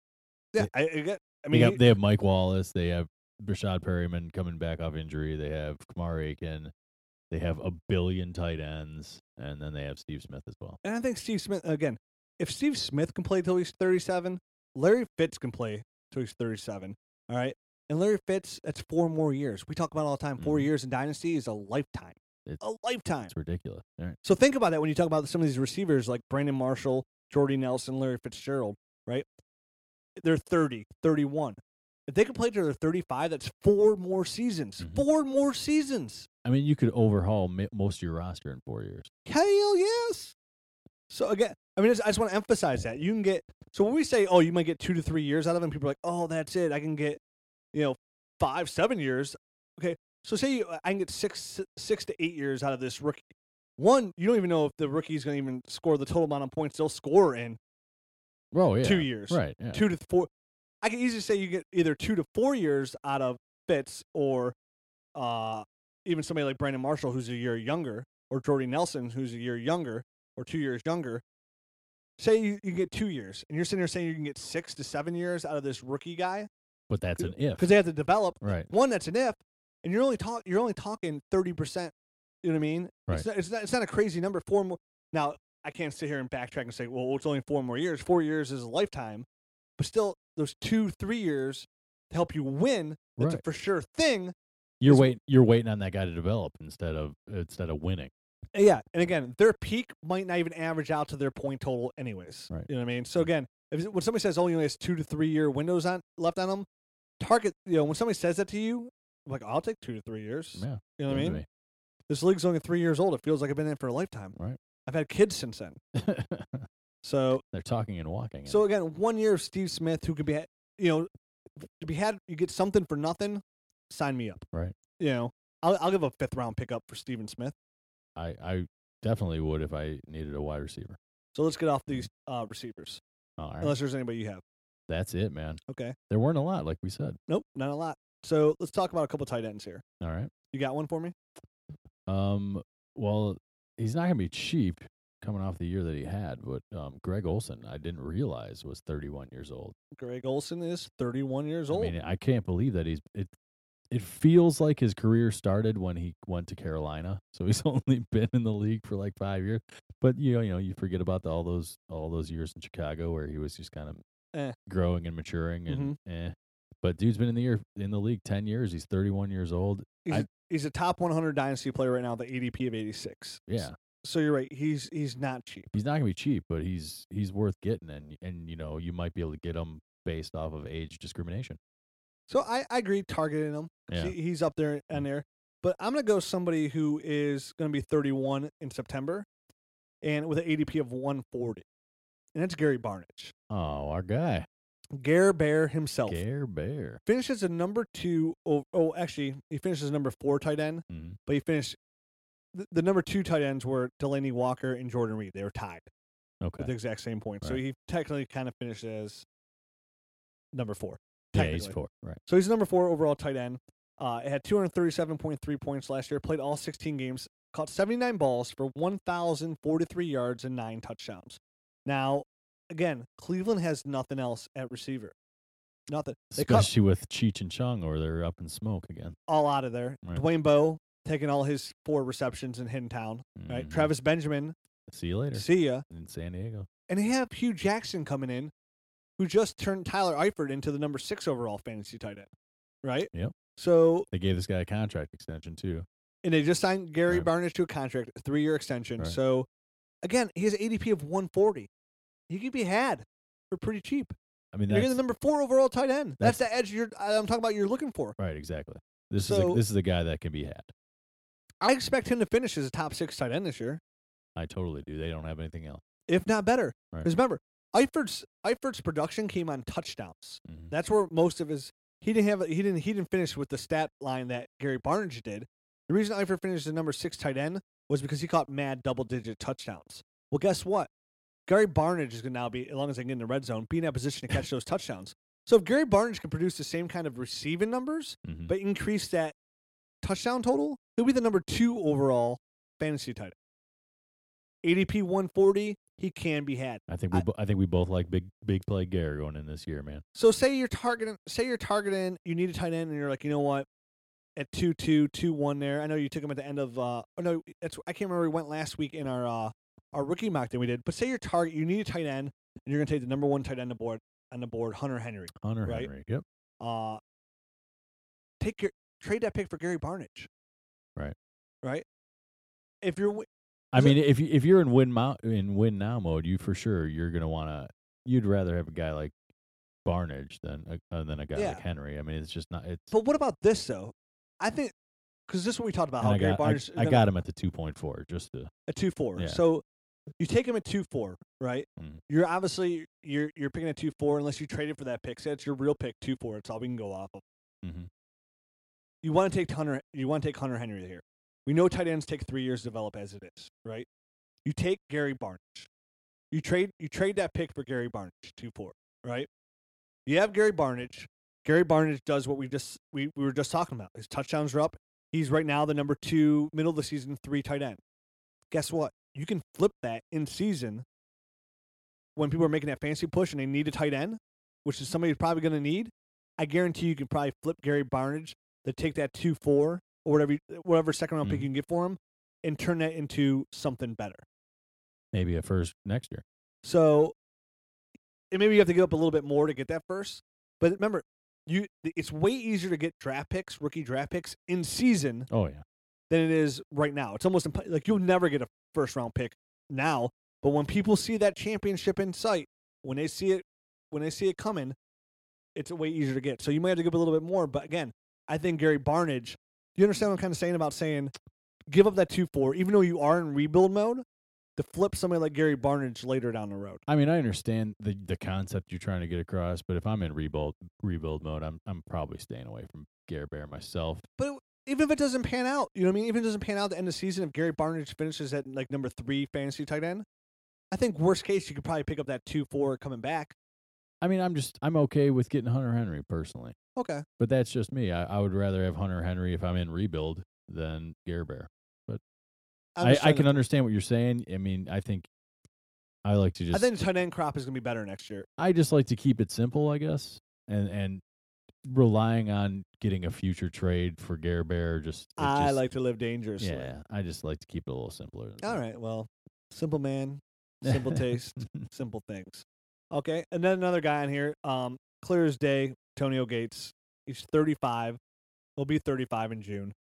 [SPEAKER 2] yeah. I, I, get- I
[SPEAKER 3] They
[SPEAKER 2] mean,
[SPEAKER 3] got-
[SPEAKER 2] he-
[SPEAKER 3] they have Mike Wallace. They have Brashad Perryman coming back off injury. They have Kamar Aiken. They have a billion tight ends, and then they have Steve Smith as well.
[SPEAKER 2] and I think Steve Smith again. If Steve Smith can play till he's 37, Larry Fitz can play till he's 37. All right, and Larry Fitz, that's four more years. We talk about it all the time. 4
[SPEAKER 3] Mhm.
[SPEAKER 2] years in dynasty is a lifetime.
[SPEAKER 3] It's-
[SPEAKER 2] a lifetime.
[SPEAKER 3] It's ridiculous. All right.
[SPEAKER 2] So think about that when you talk about some of these receivers like Brandon Marshall, Jordy Nelson, Larry Fitzgerald, right? They're 30, 31. If they could play till they're 35, that's four more seasons.
[SPEAKER 3] Mhm.
[SPEAKER 2] Four more seasons.
[SPEAKER 3] I mean, you could overhaul mi- most of your roster in four years.
[SPEAKER 2] Hell yes. So again, I mean, I just- I just want to emphasize that you can get. So when we say, oh, you might get two to three years out of them, people are like, oh, that's it. I can get, you know, five, seven years. Okay, so say you, I can get six, six to eight years out of this rookie. One, you don't even know if the rookie is going to even score the total amount of points they'll score in
[SPEAKER 3] Oh yeah,
[SPEAKER 2] two years.
[SPEAKER 3] Right. Yeah.
[SPEAKER 2] Two to four. I can easily say you get either two to four years out of Fitz or uh, even somebody like Brandon Marshall, who's a year younger, or Jordy Nelson, who's a year younger or two years younger. say you, you get two years, and you're sitting there saying you can get six to seven years out of this rookie guy
[SPEAKER 3] But that's an if.
[SPEAKER 2] because they have to develop.
[SPEAKER 3] Right.
[SPEAKER 2] One, that's an if, and you're only talk you're only talking thirty percent. You know what I mean?
[SPEAKER 3] Right.
[SPEAKER 2] It's not, it's not it's not a crazy number. Four more. Now I can't sit here and backtrack and say, well, it's only four more years. Four years is a lifetime, but still, those two three years to help you win. That's
[SPEAKER 3] Right.
[SPEAKER 2] a for sure thing.
[SPEAKER 3] You're
[SPEAKER 2] It's-
[SPEAKER 3] wait you're waiting on that guy to develop instead of instead of winning.
[SPEAKER 2] And Yeah, and again, their peak might not even average out to their point total, anyways.
[SPEAKER 3] Right.
[SPEAKER 2] You know what I mean? So again, if, when somebody says only has two to three year windows on left on them, target. You know, when somebody says that to you, I'm like I'll take two to three years.
[SPEAKER 3] Yeah.
[SPEAKER 2] You know what I
[SPEAKER 3] Sounds
[SPEAKER 2] mean? This league's only three years old. It feels like I've been in it for a lifetime.
[SPEAKER 3] Right.
[SPEAKER 2] I've had kids since then.
[SPEAKER 3] to me.
[SPEAKER 2] So
[SPEAKER 3] (laughs) They're talking and walking. and-
[SPEAKER 2] so again, one year of Steve Smith, who could be, ha- you know, to be had, you get something for nothing. Sign me up.
[SPEAKER 3] Right.
[SPEAKER 2] You know, I'll, I'll give a fifth round pickup for Steven Smith.
[SPEAKER 3] I I definitely would if I needed a wide receiver.
[SPEAKER 2] So let's get off these uh, receivers,
[SPEAKER 3] All right.
[SPEAKER 2] unless there's anybody you have.
[SPEAKER 3] That's it, man.
[SPEAKER 2] Okay.
[SPEAKER 3] There weren't a lot, like we said.
[SPEAKER 2] Nope, not a lot. So let's talk about a couple tight ends here.
[SPEAKER 3] All right.
[SPEAKER 2] You got one for me?
[SPEAKER 3] Um. Well, he's not gonna be cheap coming off the year that he had, but um, Greg Olson, I didn't realize was 31 years old.
[SPEAKER 2] Greg Olson is 31 years old.
[SPEAKER 3] I mean, I can't believe that he's it. It feels like his career started when he went to Carolina, so he's (laughs) only been in the league for like five years. But you know, you know, you forget about the, all those all those years in Chicago where he was just kind of
[SPEAKER 2] Eh.
[SPEAKER 3] growing and maturing and eh. But dude's been in the year in the league ten years. He's thirty one years old.
[SPEAKER 2] he's a top 100 dynasty player right now, the ADP of 86.
[SPEAKER 3] Yeah,
[SPEAKER 2] So you're right. He's he's not cheap.
[SPEAKER 3] he's not gonna be cheap, but he's he's worth getting, and and you know, you might be able to get him based off of age discrimination.
[SPEAKER 2] So I, I agree targeting him. 'cause
[SPEAKER 3] Yeah. Mm.
[SPEAKER 2] He, he's up there and there. But I'm going to go somebody who is going to be 31 in September and with an ADP of 140. And that's Gary Barnage.
[SPEAKER 3] Oh, our guy,
[SPEAKER 2] Gare Bear himself.
[SPEAKER 3] Gare Bear.
[SPEAKER 2] Finishes a number two. Oh, oh, actually, he finishes number four tight end.
[SPEAKER 3] Mhm.
[SPEAKER 2] but he finished. The, the number two tight ends were Delaney Walker and Jordan Reed. They were tied
[SPEAKER 3] Okay,
[SPEAKER 2] at the exact same point. So
[SPEAKER 3] Right.
[SPEAKER 2] he technically kind of finished as number four.
[SPEAKER 3] yeah, he's
[SPEAKER 2] technically.
[SPEAKER 3] four, right?
[SPEAKER 2] So he's the number four overall tight end. Uh, had 237.3 points last year, played all 16 games, caught 79 balls for 1,043 yards and nine touchdowns. Now, again, Cleveland has nothing else at receiver. Nothing. They cut
[SPEAKER 3] Especially with Cheech and Chong, or they're up in smoke again.
[SPEAKER 2] all out of there.
[SPEAKER 3] Right.
[SPEAKER 2] Dwayne Bowe taking all his four receptions in Hintown. Right.
[SPEAKER 3] Mhm.
[SPEAKER 2] Travis Benjamin,
[SPEAKER 3] See you later
[SPEAKER 2] see ya.
[SPEAKER 3] in San Diego.
[SPEAKER 2] And they have Hugh Jackson coming in, who just turned Tyler Eifert into the number six overall fantasy tight end. Right?
[SPEAKER 3] Yep.
[SPEAKER 2] So,
[SPEAKER 3] They gave this guy a contract extension too.
[SPEAKER 2] and they just signed Gary
[SPEAKER 3] Right.
[SPEAKER 2] Barnage to a contract, three year extension.
[SPEAKER 3] Right.
[SPEAKER 2] So, again, he has ADP of 140. He could be had for pretty cheap.
[SPEAKER 3] I mean,
[SPEAKER 2] And You're
[SPEAKER 3] that's
[SPEAKER 2] getting the number four overall tight end. That's,
[SPEAKER 3] that's-
[SPEAKER 2] the edge you're, uh, I'm talking about you're looking for.
[SPEAKER 3] right. Exactly. This is
[SPEAKER 2] So-
[SPEAKER 3] a, this is a guy that can be had.
[SPEAKER 2] I expect him to finish as a top six tight end this year.
[SPEAKER 3] I totally do. They don't have anything else.
[SPEAKER 2] if not better.
[SPEAKER 3] Right.
[SPEAKER 2] Because remember, Eifert's Eifert's production came on touchdowns.
[SPEAKER 3] Mhm.
[SPEAKER 2] That's where most of his he didn't have he didn't he didn't finish with the stat line that Gary Barnage did. The reason Eifert finished the number six tight end was because he caught mad double digit touchdowns. Well, guess what? Gary Barnage is going to now be, as long as they can get in the red zone, be in a position to catch those touchdowns. So if Gary Barnage can produce the same kind of receiving numbers,
[SPEAKER 3] Mhm.
[SPEAKER 2] but increase that touchdown total, he'll be the number two overall fantasy tight end. ADP 140, he can be had.
[SPEAKER 3] I think we
[SPEAKER 2] I-
[SPEAKER 3] bo- I think we both like big big play Gare going in this year, man.
[SPEAKER 2] So say you're targeting, say you're targeting, you need a tight end, and you're like, you know what, at two two two one there. I know you took him at the end of, uh, oh no, that's I can't remember. We went last week in our uh our rookie mock that we did. But say your target, you need a tight end, and you're gonna take the number one tight end on the board on the board, Hunter Henry.
[SPEAKER 3] Hunter
[SPEAKER 2] Right.
[SPEAKER 3] Henry. Yep.
[SPEAKER 2] uh, take your trade that pick for Gary Barnage.
[SPEAKER 3] Right.
[SPEAKER 2] Right. If you're wi-
[SPEAKER 3] I
[SPEAKER 2] So-
[SPEAKER 3] mean, if you if you're in win mo- in win now mode, you for sure you're gonna wanna you'd rather have a guy like Barnage than a, uh, than a guy
[SPEAKER 2] Yeah.
[SPEAKER 3] like Henry. I mean, it's just not it's.
[SPEAKER 2] but what about this though? I think because this is what we talked about
[SPEAKER 3] and
[SPEAKER 2] how
[SPEAKER 3] I
[SPEAKER 2] Gary
[SPEAKER 3] got, I,
[SPEAKER 2] Barnage
[SPEAKER 3] I got him at the two point four just to
[SPEAKER 2] a two four.
[SPEAKER 3] Yeah.
[SPEAKER 2] So you take him at two four, right?
[SPEAKER 3] Mhm.
[SPEAKER 2] You're obviously you're you're picking a two four unless you traded for that pick. So that's your real pick two four. It's all we can go off of.
[SPEAKER 3] Mhm.
[SPEAKER 2] You want to take Hunter. You want to take Hunter Henry here. We know tight ends take three years to develop as it is, right? You take Gary Barnage. You trade you trade that pick for Gary Barnage two four, right? You have Gary Barnage. Gary Barnage does what we just we, we were just talking about. His touchdowns are up. He's right now the number two middle of the season three tight end. Guess what? You can flip that in season when people are making that fancy push and they need a tight end, which is somebody who's probably going to need, I guarantee you can probably flip Gary Barnage to take that two four or whatever you- whatever second round pick
[SPEAKER 3] Mhm.
[SPEAKER 2] you can get for him, and turn that into something better.
[SPEAKER 3] Maybe a first next year.
[SPEAKER 2] So, and maybe you have to give up a little bit more to get that first. But remember, you it's way easier to get draft picks, rookie draft picks in season
[SPEAKER 3] Oh yeah.
[SPEAKER 2] than it is right now. It's almost imp- like you'll never get a first round pick now. But when people see that championship in sight, when they see it, when they see it coming, it's way easier to get. So you might have to give a little bit more. But again, I think Gary Barnage. You understand what I'm kind of saying about saying, give up that two four, even though you are in rebuild mode, to flip somebody like Gary Barnage later down the road.
[SPEAKER 3] I mean, I understand the the concept you're trying to get across, but if I'm in rebuild rebuild mode, I'm I'm probably staying away from Gare Bear myself.
[SPEAKER 2] even if it doesn't pan out, you know what I mean? Even if it doesn't pan out at the end of the season, if Gary Barnage finishes at like number three fantasy tight end, I think worst case you could probably pick up that two four coming back.
[SPEAKER 3] I mean, I'm just I'm okay with getting Hunter Henry personally,
[SPEAKER 2] Okay.
[SPEAKER 3] but that's just me. I, I would rather have Hunter Henry if I'm in rebuild than Gare Bear.
[SPEAKER 2] I'm
[SPEAKER 3] I,
[SPEAKER 2] just
[SPEAKER 3] I
[SPEAKER 2] trying
[SPEAKER 3] can
[SPEAKER 2] to-
[SPEAKER 3] understand what you're saying. I mean, I think I like to just
[SPEAKER 2] I think the tight end crop is gonna be better next year.
[SPEAKER 3] I just like to keep it simple, I guess, and and relying on getting a future trade for Gare Bear. Just it
[SPEAKER 2] I
[SPEAKER 3] just-
[SPEAKER 2] like to live dangerously.
[SPEAKER 3] yeah. I just like to keep it a little simpler. than
[SPEAKER 2] All
[SPEAKER 3] that.
[SPEAKER 2] right. Well, simple man,
[SPEAKER 3] (laughs)
[SPEAKER 2] simple taste, simple things. Okay. And then another guy on here, um, clear as day, Antonio Gates. He's 35. He'll be 35 in June.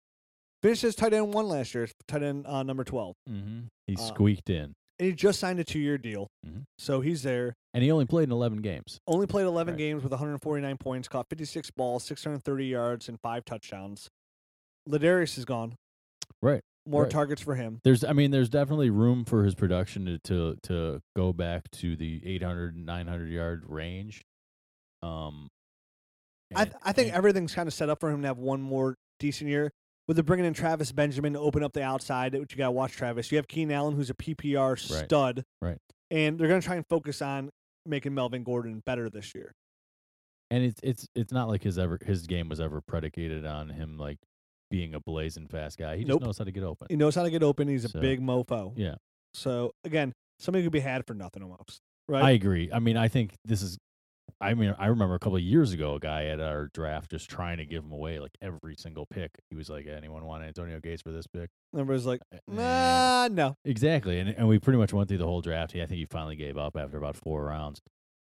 [SPEAKER 2] Finished as tight end one last year, tight end uh, number 12.
[SPEAKER 3] hmm He
[SPEAKER 2] Uh,
[SPEAKER 3] squeaked in,
[SPEAKER 2] And he just signed a two year deal.
[SPEAKER 3] Mhm.
[SPEAKER 2] So he's there.
[SPEAKER 3] and he only played in 11 games.
[SPEAKER 2] Only played 11
[SPEAKER 3] Right.
[SPEAKER 2] games with 149 points, caught 56 balls, 630 yards, and five touchdowns. Ladarius is gone.
[SPEAKER 3] Right,
[SPEAKER 2] More
[SPEAKER 3] right.
[SPEAKER 2] targets for him.
[SPEAKER 3] There's, I mean, there's definitely room for his production to to, to go back to the 800, 900 yard range. Um,
[SPEAKER 2] I,
[SPEAKER 3] and-
[SPEAKER 2] th- I think
[SPEAKER 3] and-
[SPEAKER 2] everything's kind of set up for him to have one more decent year. With the bringing in Travis Benjamin to open up the outside, which you got to watch Travis. You have Keenan Allen, who's a PPR
[SPEAKER 3] Right.
[SPEAKER 2] stud.
[SPEAKER 3] Right.
[SPEAKER 2] And they're going to try and focus on making Melvin Gordon better this year.
[SPEAKER 3] and it's it's it's not like his ever his game was ever predicated on him like being a blazing fast guy. He just
[SPEAKER 2] Nope.
[SPEAKER 3] knows how to get open.
[SPEAKER 2] He knows how to get open. He's a
[SPEAKER 3] So,
[SPEAKER 2] big mofo.
[SPEAKER 3] yeah.
[SPEAKER 2] So, again, somebody could be had for nothing almost. Right.
[SPEAKER 3] I agree. I mean, I think this is. I mean, I remember a couple of years ago, a guy at our draft just trying to give him away like every single pick. He was like, "Anyone want Antonio Gates for this pick?"
[SPEAKER 2] And everybody's like,
[SPEAKER 3] Eh, nah.
[SPEAKER 2] nah, no.
[SPEAKER 3] Exactly, and and we pretty much went through the whole draft. He, I think he finally gave up after about four rounds,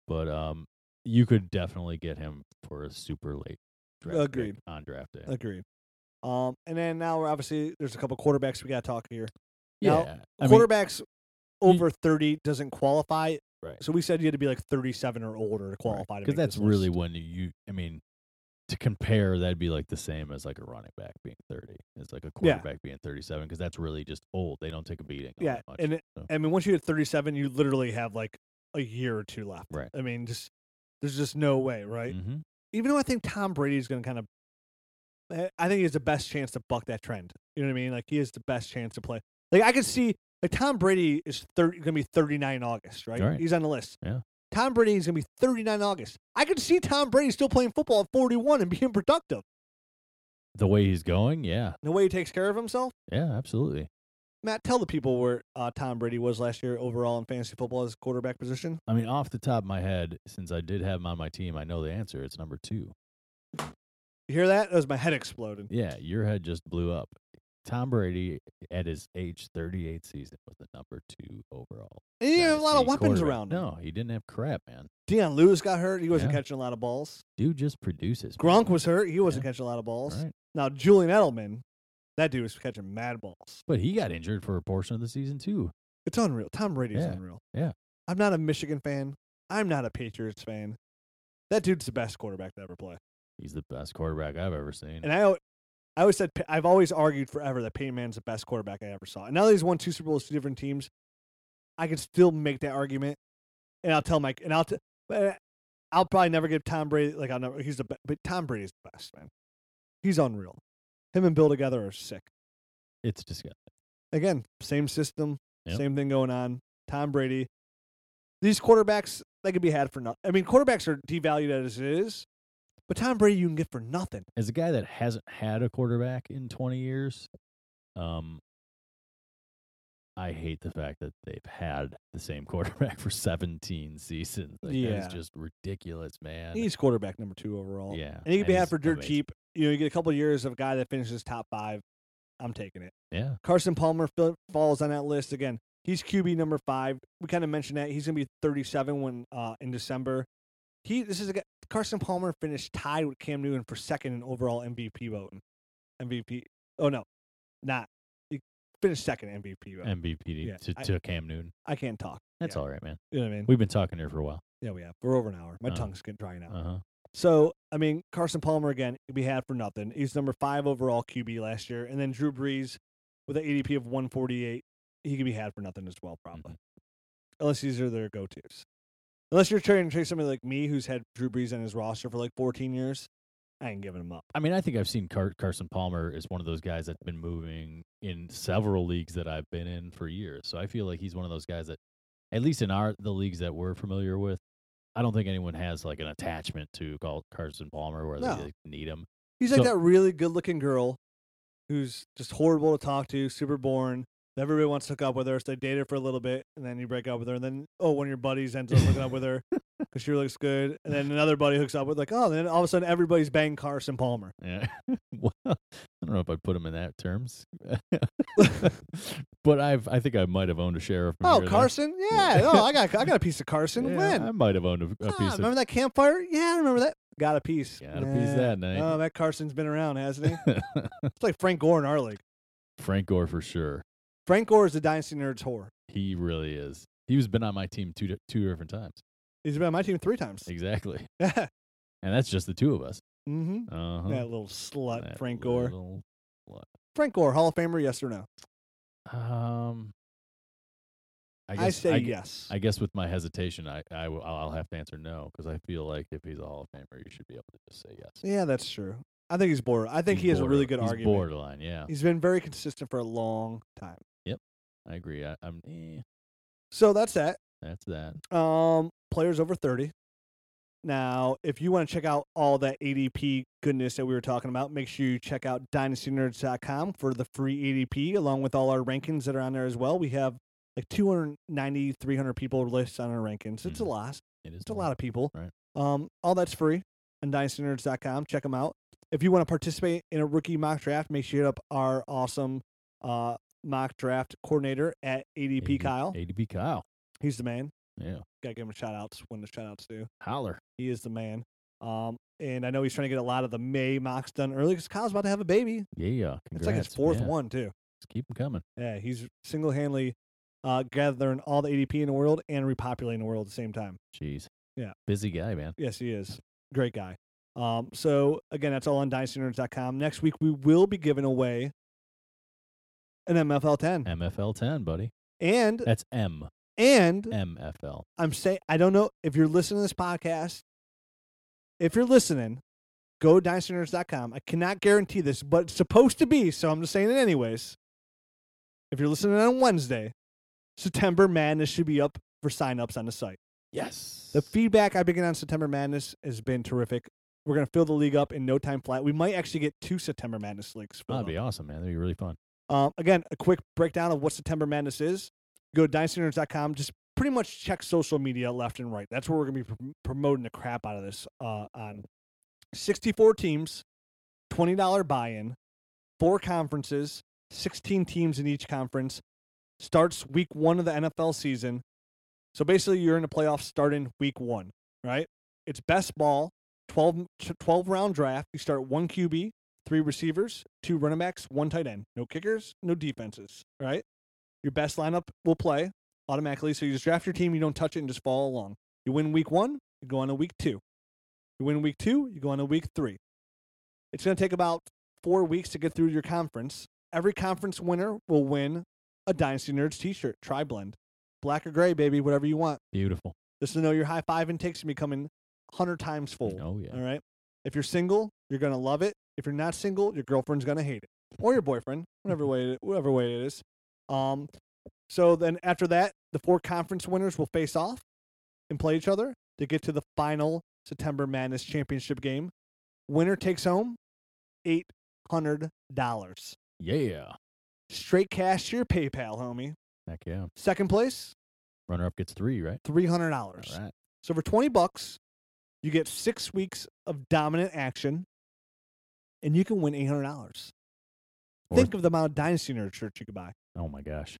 [SPEAKER 3] but um, you could definitely get him for a super late draft pick
[SPEAKER 2] Agreed.
[SPEAKER 3] on draft day.
[SPEAKER 2] Agreed. Um, and then now we're obviously there's a couple quarterbacks we got to talk here. now,
[SPEAKER 3] yeah, I mean,
[SPEAKER 2] quarterbacks over 30 doesn't qualify.
[SPEAKER 3] Right.
[SPEAKER 2] So we said you had to be like 37 or older to qualify. to
[SPEAKER 3] because
[SPEAKER 2] make
[SPEAKER 3] that's
[SPEAKER 2] this
[SPEAKER 3] really
[SPEAKER 2] list.
[SPEAKER 3] when you. I mean, to compare, that'd be like the same as like a running back being thirty. It's like a
[SPEAKER 2] Yeah.
[SPEAKER 3] quarterback being thirty-seven because that's really just old. They don't take a beating. all
[SPEAKER 2] Yeah,
[SPEAKER 3] that much.
[SPEAKER 2] and it-
[SPEAKER 3] so.
[SPEAKER 2] I mean, once you hit 37, you literally have like a year or two left.
[SPEAKER 3] Right.
[SPEAKER 2] I mean, just there's just no way, right?
[SPEAKER 3] Mhm.
[SPEAKER 2] Even though I think Tom Brady's going to kind of, I think he has the best chance to buck that trend. You know what I mean? Like he has the best chance to play. Like I could see, like Tom Brady is 30, going to be 39 in August, right?
[SPEAKER 3] Right.
[SPEAKER 2] He's on the list.
[SPEAKER 3] Yeah.
[SPEAKER 2] Tom Brady is going to be 39 in August. I could see Tom Brady still playing football at 41 and being productive.
[SPEAKER 3] the way he's going, yeah,
[SPEAKER 2] The way he takes care of himself.
[SPEAKER 3] yeah, absolutely.
[SPEAKER 2] Matt, tell the people where uh, Tom Brady was last year overall in fantasy football as quarterback position.
[SPEAKER 3] I mean, off the top of my head, since I did have him on my team, I know the answer. It's number two.
[SPEAKER 2] You hear that? That was my head exploding.
[SPEAKER 3] Yeah, your head just blew up. Tom Brady, at his age 38 season, was the number two overall.
[SPEAKER 2] And he didn't have a lot of
[SPEAKER 3] dynasty
[SPEAKER 2] weapons
[SPEAKER 3] quarterback.
[SPEAKER 2] around him.
[SPEAKER 3] No, he didn't have crap, man.
[SPEAKER 2] Deion Lewis got hurt. He wasn't
[SPEAKER 3] Yeah.
[SPEAKER 2] catching a lot of balls.
[SPEAKER 3] Dude just produces. man.
[SPEAKER 2] Gronk was hurt. He wasn't catching a lot of balls.
[SPEAKER 3] Right.
[SPEAKER 2] Now, Julian Edelman, that dude was catching mad balls.
[SPEAKER 3] But he got injured for a portion of the season too.
[SPEAKER 2] It's unreal. Tom Brady's
[SPEAKER 3] Yeah.
[SPEAKER 2] unreal.
[SPEAKER 3] Yeah.
[SPEAKER 2] I'm not a Michigan fan. I'm not a Patriots fan. That dude's the best quarterback to ever play.
[SPEAKER 3] He's the best quarterback I've ever seen.
[SPEAKER 2] And I, al- I always said Pey- I've always argued forever that Peyton Manning's the best quarterback I ever saw. And now that he's won two Super Bowls, two different teams, I can still make that argument. And I'll tell Mike, and I'll, t- but I'll probably never give Tom Brady like I'll never. He's the best, but Tom Brady's the best man. He's unreal. Him and Bill together are sick.
[SPEAKER 3] It's disgusting.
[SPEAKER 2] Again, same system,
[SPEAKER 3] Yep.
[SPEAKER 2] same thing going on. Tom Brady. These quarterbacks, they could be had for nothing. I mean, quarterbacks are devalued as it is, but Tom Brady you can get for nothing.
[SPEAKER 3] As a guy that hasn't had a quarterback in 20 years, um, I hate the fact that they've had the same (laughs) quarterback for 17 seasons. Like,
[SPEAKER 2] Yeah.
[SPEAKER 3] that is just ridiculous, man.
[SPEAKER 2] He's quarterback number two overall.
[SPEAKER 3] yeah,
[SPEAKER 2] And he could be
[SPEAKER 3] he's
[SPEAKER 2] had for dirt
[SPEAKER 3] amazing.
[SPEAKER 2] cheap. You know, you get a couple of years of a guy that finishes top five. I'm taking it.
[SPEAKER 3] Yeah,
[SPEAKER 2] Carson Palmer fi- falls on that list again. He's QB number five. We kind of mentioned that he's going to be 37 when uh, in December. He this is a guy, Carson Palmer finished tied with Cam Newton for second in overall MVP voting. MVP. Oh no, not he finished second in MVP voting.
[SPEAKER 3] MVP to,
[SPEAKER 2] Yeah,
[SPEAKER 3] to,
[SPEAKER 2] I-
[SPEAKER 3] to Cam Newton.
[SPEAKER 2] I can't talk.
[SPEAKER 3] That's
[SPEAKER 2] yeah.
[SPEAKER 3] all right, man.
[SPEAKER 2] You know what I mean?
[SPEAKER 3] We've been talking here for a while.
[SPEAKER 2] yeah, we have. We're over an hour. My
[SPEAKER 3] Uh-huh.
[SPEAKER 2] tongue's getting dry now.
[SPEAKER 3] Uh huh.
[SPEAKER 2] So, I mean, Carson Palmer again could be had for nothing. He's number five overall QB last year, and then Drew Brees with an ADP of 148, he could be had for nothing as well, probably. Unless these are their go-tos. Unless you're trying to trade somebody like me, who's had Drew Brees on his roster for like 14 years, I ain't giving him up.
[SPEAKER 3] I mean, I think I've seen Car- Carson Palmer is one of those guys that's been moving in several leagues that I've been in for years. So I feel like he's one of those guys that, at least in our the leagues that we're familiar with, I don't think anyone has like an attachment to Cal- Carson Palmer where
[SPEAKER 2] No.
[SPEAKER 3] they like, need him. (laughs)
[SPEAKER 2] He's like
[SPEAKER 3] So-
[SPEAKER 2] that really good-looking girl who's just horrible to talk to, super boring. that Everybody wants to hook up with her, so they date her for a little bit, and then you break up with her, and then oh, one of your buddies ends up hooking up with
[SPEAKER 3] (laughs)
[SPEAKER 2] her because she looks good, and then another buddy hooks up with like oh, then all of a sudden everybody's banging Carson Palmer.
[SPEAKER 3] Yeah. well, I don't know if I'd put him in
[SPEAKER 2] (laughs)
[SPEAKER 3] that terms, but I've I think I might have owned a sheriff. from
[SPEAKER 2] Oh,
[SPEAKER 3] here or there.
[SPEAKER 2] Carson, yeah,
[SPEAKER 3] Yeah.
[SPEAKER 2] oh, I got I got a
[SPEAKER 3] (laughs)
[SPEAKER 2] piece of Carson.
[SPEAKER 3] Yeah,
[SPEAKER 2] when?
[SPEAKER 3] I might have owned a, a
[SPEAKER 2] Ah,
[SPEAKER 3] piece
[SPEAKER 2] remember that campfire? Yeah, I remember that. Got a piece.
[SPEAKER 3] Got a piece that night.
[SPEAKER 2] Oh, that Carson's been around, hasn't he?
[SPEAKER 3] (laughs) of
[SPEAKER 2] it's like Frank Gore in our league.
[SPEAKER 3] Frank Gore for sure.
[SPEAKER 2] Frank Gore is the dynasty nerd's whore. He
[SPEAKER 3] He really is. He was been on my team two di- two different times.
[SPEAKER 2] He's been on my team three times.
[SPEAKER 3] Exactly.
[SPEAKER 2] Yeah.
[SPEAKER 3] And that's just the two of us.
[SPEAKER 2] (laughs) mm-hmm.
[SPEAKER 3] Uh-huh.
[SPEAKER 2] That little slut,
[SPEAKER 3] That
[SPEAKER 2] Frank Gore.
[SPEAKER 3] little-
[SPEAKER 2] Frank Gore, Hall of Famer, yes or no?
[SPEAKER 3] Um, I, guess,
[SPEAKER 2] I, say
[SPEAKER 3] I, gu-
[SPEAKER 2] yes.
[SPEAKER 3] I guess with my hesitation, I, I will, I'll have to answer no because I feel like if he's a Hall of Famer, you should be able to just say yes.
[SPEAKER 2] yeah, that's true. I think he's bored. I think
[SPEAKER 3] He's
[SPEAKER 2] he has a really
[SPEAKER 3] border-
[SPEAKER 2] good
[SPEAKER 3] he's
[SPEAKER 2] argument.
[SPEAKER 3] Borderline, yeah.
[SPEAKER 2] He's been very consistent for a long time.
[SPEAKER 3] I agree. I, I'm. eh,
[SPEAKER 2] So that's that.
[SPEAKER 3] that's that.
[SPEAKER 2] Um, players over 30. Now, if you want to check out all that ADP goodness that we were talking about, make sure you check out dynastynerds.com for the free ADP along with all our rankings that are on there as well. We have like 290, 300 people lists on our rankings. It's a
[SPEAKER 3] Mhm.
[SPEAKER 2] lot.
[SPEAKER 3] It is
[SPEAKER 2] It's a lot of people.
[SPEAKER 3] Right.
[SPEAKER 2] Um, all that's free on dynastynerds.com. Check them out. If you want to participate in a rookie mock draft, make sure you hit up our awesome uh, mock draft coordinator at ADP Kyle.
[SPEAKER 3] ADP Kyle.
[SPEAKER 2] He's the man.
[SPEAKER 3] Yeah.
[SPEAKER 2] Gotta give him shout outs when the shout outs due.
[SPEAKER 3] Holler.
[SPEAKER 2] He is the man. Um, and I know he's trying to get a lot of the May mocks done early because Kyle's about to have a baby.
[SPEAKER 3] Yeah. Congrats.
[SPEAKER 2] it's like his fourth
[SPEAKER 3] yeah.
[SPEAKER 2] one too.
[SPEAKER 3] Just keep them coming.
[SPEAKER 2] Yeah, he's single handedly uh, gathering all the ADP in the world and repopulating the world at the same time.
[SPEAKER 3] Jeez.
[SPEAKER 2] Yeah.
[SPEAKER 3] Busy guy,
[SPEAKER 2] (laughs)
[SPEAKER 3] man.
[SPEAKER 2] Yes, he is. Great guy. Um, so again, that's all on dynastynerds.com. Next week we will be giving away an MFL ten.
[SPEAKER 3] MFL 10, buddy.
[SPEAKER 2] And
[SPEAKER 3] That's M.
[SPEAKER 2] and
[SPEAKER 3] MFL.
[SPEAKER 2] I'm saying I don't know if you're listening to this podcast. If you're listening, go to dynastynerds.com. I cannot guarantee this, but it's supposed to be, so I'm just saying it anyways. If you're listening on Wednesday, September Madness should be up for signups on the site.
[SPEAKER 3] Yes.
[SPEAKER 2] The feedback I've been getting on September Madness has been terrific. We're gonna fill the league up in no time flat. We might actually get two September Madness leagues. filled
[SPEAKER 3] That'd be
[SPEAKER 2] up.
[SPEAKER 3] awesome, man. That'd be really fun.
[SPEAKER 2] Um, again, a quick breakdown of what September Madness is. Go to dynastynerds.com. Just pretty much check social media left and right. That's where we're gonna be pr- promoting the crap out of this. Uh, on sixty-four teams, twenty dollar buy-in, four conferences, sixteen teams in each conference. Starts week one of the NFL season. So basically, you're in the playoffs starting week one, right? It's best ball, 12, 12 round draft. You start one QB, three receivers, two running backs, one tight end. No kickers, no defenses, right? Your best lineup will play automatically. So you just draft your team, you don't touch it, and just follow along. You win week one, you go on to week two. You win week two, you go on to week three. It's going to take about four weeks to get through your conference. Every conference winner will win a Dynasty Nerds t shirt, tri blend. Black or gray, baby, whatever you want.
[SPEAKER 3] Beautiful.
[SPEAKER 2] Just to know your high five and takes me coming 100 times full.
[SPEAKER 3] Oh, yeah.
[SPEAKER 2] All right. If you're single, you're gonna love it. If you're not single, your girlfriend's gonna hate it, or your boyfriend, whatever way, it, whatever way it is. Um, so then after that, the four conference winners will face off and play each other to get to the final September Madness championship game. Winner takes home eight hundred dollars
[SPEAKER 3] Yeah.
[SPEAKER 2] straight cash to your PayPal, homie.
[SPEAKER 3] Heck yeah.
[SPEAKER 2] Second place,
[SPEAKER 3] Runner up gets three, right?
[SPEAKER 2] three hundred
[SPEAKER 3] All
[SPEAKER 2] dollars.
[SPEAKER 3] right.
[SPEAKER 2] So for 20 bucks, you get six weeks of dominant action and you can win $800.
[SPEAKER 3] Or-
[SPEAKER 2] Think of the amount of Dynasty Nerd shirts you could buy.
[SPEAKER 3] Oh my gosh.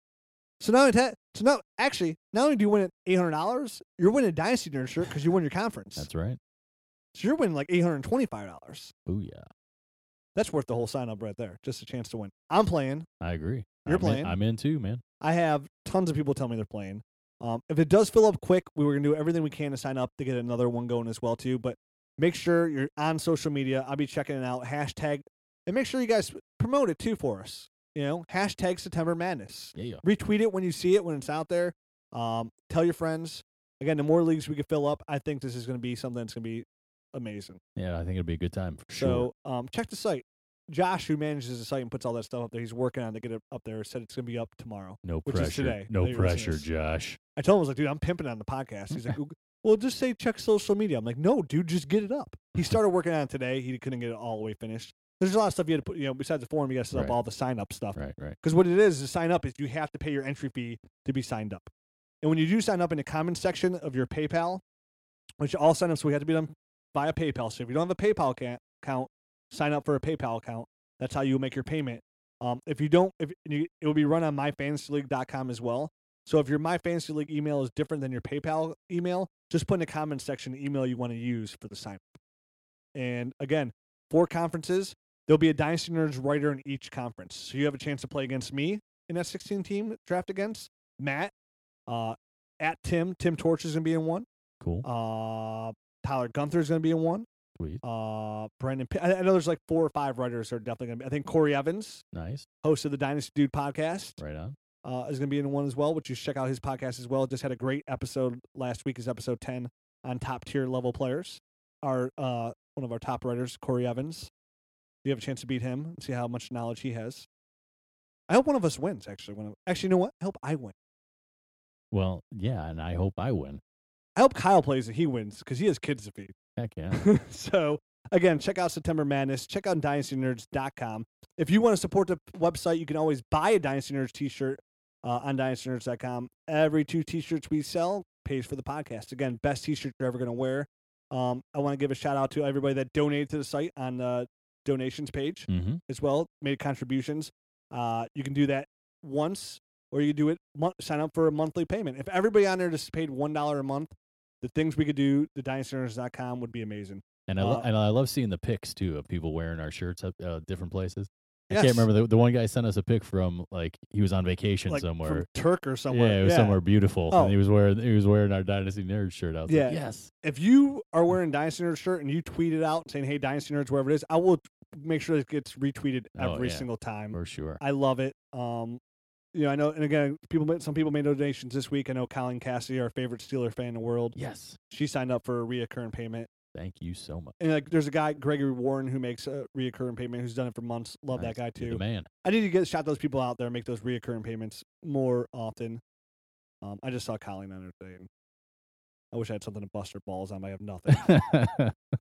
[SPEAKER 2] So now, so now, actually, not only do you win at $800, you're winning a Dynasty Nerd shirt because you won your conference.
[SPEAKER 3] That's right.
[SPEAKER 2] so you're winning like $825.
[SPEAKER 3] Booyah.
[SPEAKER 2] That's worth the whole sign up right there. Just a chance to win. I'm playing.
[SPEAKER 3] I agree.
[SPEAKER 2] You're
[SPEAKER 3] I'm
[SPEAKER 2] playing.
[SPEAKER 3] In, I'm in too, man.
[SPEAKER 2] I have tons of people tell me they're playing. Um, if it does fill up quick, we were gonna do everything we can to sign up to get another one going as well too. But make sure you're on social media. I'll be checking it out. Hashtag and make sure you guys promote it too for us. You know, hashtag September Madness.
[SPEAKER 3] Yeah.
[SPEAKER 2] Retweet it when you see it when it's out there. Um, tell your friends. Again, the more leagues we can fill up, I think this is gonna be something that's gonna be amazing.
[SPEAKER 3] Yeah, I think it'll be a good time for sure.
[SPEAKER 2] So um, check the site. Josh, who manages the site and puts all that stuff up there, he's working on to get it up there. Said it's gonna be up tomorrow.
[SPEAKER 3] No
[SPEAKER 2] which is
[SPEAKER 3] pressure.
[SPEAKER 2] today that
[SPEAKER 3] no
[SPEAKER 2] you're listening to
[SPEAKER 3] pressure,
[SPEAKER 2] this.
[SPEAKER 3] Josh.
[SPEAKER 2] I told him I was like, dude, I'm pimping on the podcast. He's like, well, just say check social media. I'm like, no, dude, just get it up. He started working on it today. He couldn't get it all the way finished. There's a lot of stuff you had to put, you know, besides the form, you got to set up
[SPEAKER 3] Right.
[SPEAKER 2] all the sign up stuff.
[SPEAKER 3] Right, right.
[SPEAKER 2] Because what it is, is sign up is you have to pay your entry fee to be signed up. And when you do sign up in the comment section of your PayPal, which all sign ups we have to be done via PayPal. So if you don't have a PayPal ca- account, sign up for a PayPal account. That's how you make your payment. Um, if you don't, if you, it will be run on myfantasyleague.com as well. So if your My Fantasy League email is different than your PayPal email, just put in the comment section the email you want to use for the sign up. And again, four conferences. There'll be a Dynasty Nerds writer in each conference. So you have a chance to play against me in that 16 team draft against Matt, uh, at Tim. Tim Torch is going to be in one.
[SPEAKER 3] Cool.
[SPEAKER 2] Uh, Tyler Gunther is going to be in one.
[SPEAKER 3] Sweet.
[SPEAKER 2] Uh, Brandon, P- I, I know there's like four or five writers that are definitely going to be. I think Corey Evans,
[SPEAKER 3] Nice.
[SPEAKER 2] host of the Dynasty Dude podcast
[SPEAKER 3] Right on.
[SPEAKER 2] uh, is going to be in one as well, which you should check out his podcast as well. Just had a great episode last week, is episode 10 on top tier level players. Our uh, One of our top writers, Corey Evans. You have a chance to beat him and see how much knowledge he has. I hope one of us wins, actually. One of, actually, you know what? I hope I win.
[SPEAKER 3] Well, yeah, and I hope I win.
[SPEAKER 2] I hope Kyle plays and he wins because he has kids to feed.
[SPEAKER 3] Heck
[SPEAKER 2] (laughs)
[SPEAKER 3] yeah.
[SPEAKER 2] so, again, check out September Madness. Check out dynastynerds.com. If you want to support the website, you can always buy a Dynasty Nerds t shirt uh, on dynastynerds.com. Every two t-shirts we sell pays for the podcast. Again, best t-shirt you're ever going to wear. Um, I want to give a shout out to everybody that donated to the site on the donations page
[SPEAKER 3] mm-hmm.
[SPEAKER 2] as well, made contributions. Uh, you can do that once, or you can do it mon- sign up for a monthly payment. If everybody on there just paid one dollar a month, the things we could do, the dynastynerds.com would be amazing.
[SPEAKER 3] And I, lo-
[SPEAKER 2] Uh,
[SPEAKER 3] and I love seeing the pics too of people wearing our shirts at uh, different places. I
[SPEAKER 2] Yes.
[SPEAKER 3] can't remember the, the one guy sent us a pic from like he was on vacation
[SPEAKER 2] Like
[SPEAKER 3] somewhere.
[SPEAKER 2] from Turk or somewhere.
[SPEAKER 3] Yeah, it was somewhere beautiful.
[SPEAKER 2] Oh.
[SPEAKER 3] And he was wearing he was wearing our Dynasty Nerd shirt. I was
[SPEAKER 2] Yeah.
[SPEAKER 3] like, yes.
[SPEAKER 2] if you are wearing Dynasty Nerds shirt and you tweet it out saying, "Hey, Dynasty Nerds," wherever it is, I will make sure it gets retweeted
[SPEAKER 3] Oh,
[SPEAKER 2] every
[SPEAKER 3] yeah.
[SPEAKER 2] single time.
[SPEAKER 3] For sure.
[SPEAKER 2] I love it. Um, you know, I know, and again, people, made- some people made donations this week. I know Colin Cassidy, our favorite Steeler fan in the world,
[SPEAKER 3] yes.
[SPEAKER 2] she signed up for a reoccurring payment.
[SPEAKER 3] Thank you so much.
[SPEAKER 2] And like, there's a guy, Gregory Warren, who makes a reoccurring payment, who's done it for months. Love
[SPEAKER 3] Nice.
[SPEAKER 2] that guy
[SPEAKER 3] You're the
[SPEAKER 2] too.
[SPEAKER 3] man.
[SPEAKER 2] I need to get shout those people out there, and make those reoccurring payments more often. Um, I just saw Colleen on her today. And I wish I had something to bust her balls on. but I have
[SPEAKER 3] (laughs)
[SPEAKER 2] nothing.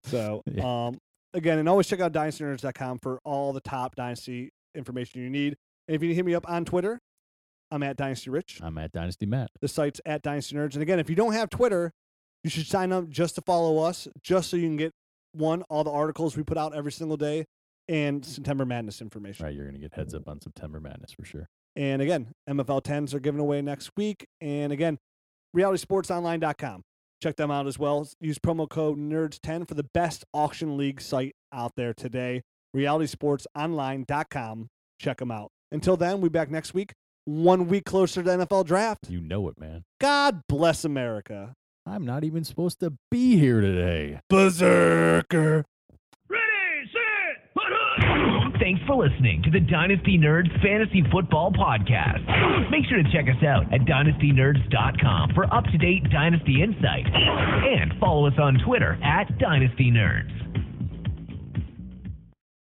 [SPEAKER 2] So,
[SPEAKER 3] Yeah.
[SPEAKER 2] um, again, and always check out dynastynerds.com for all the top dynasty information you need. And if you hit me up on Twitter, I'm at Dynasty Rich.
[SPEAKER 3] I'm at Dynasty Matt.
[SPEAKER 2] The site's at Dynasty Nerds. And again, if you don't have Twitter, you should sign up just to follow us, just so you can get one all the articles we put out every single day and September Madness information.
[SPEAKER 3] Right, you're gonna get heads up on September Madness for sure.
[SPEAKER 2] And again, MFL 10s are given away next week. And again, realitysportsonline.com. Check them out as well. Use promo code NERDS10 for the best auction league site out there today. realitysportsonline.com. Check them out. Until then, we'll be back next week, one week closer to NFL draft.
[SPEAKER 3] You know it, man.
[SPEAKER 2] God bless America.
[SPEAKER 3] I'm not even supposed to be here today.
[SPEAKER 2] Berserker.
[SPEAKER 1] Ready, set, put up. Thanks for listening to the Dynasty Nerds Fantasy Football Podcast. Make sure to check us out at dynastynerds.com for up to date Dynasty insight. And follow us on Twitter at Dynasty Nerds.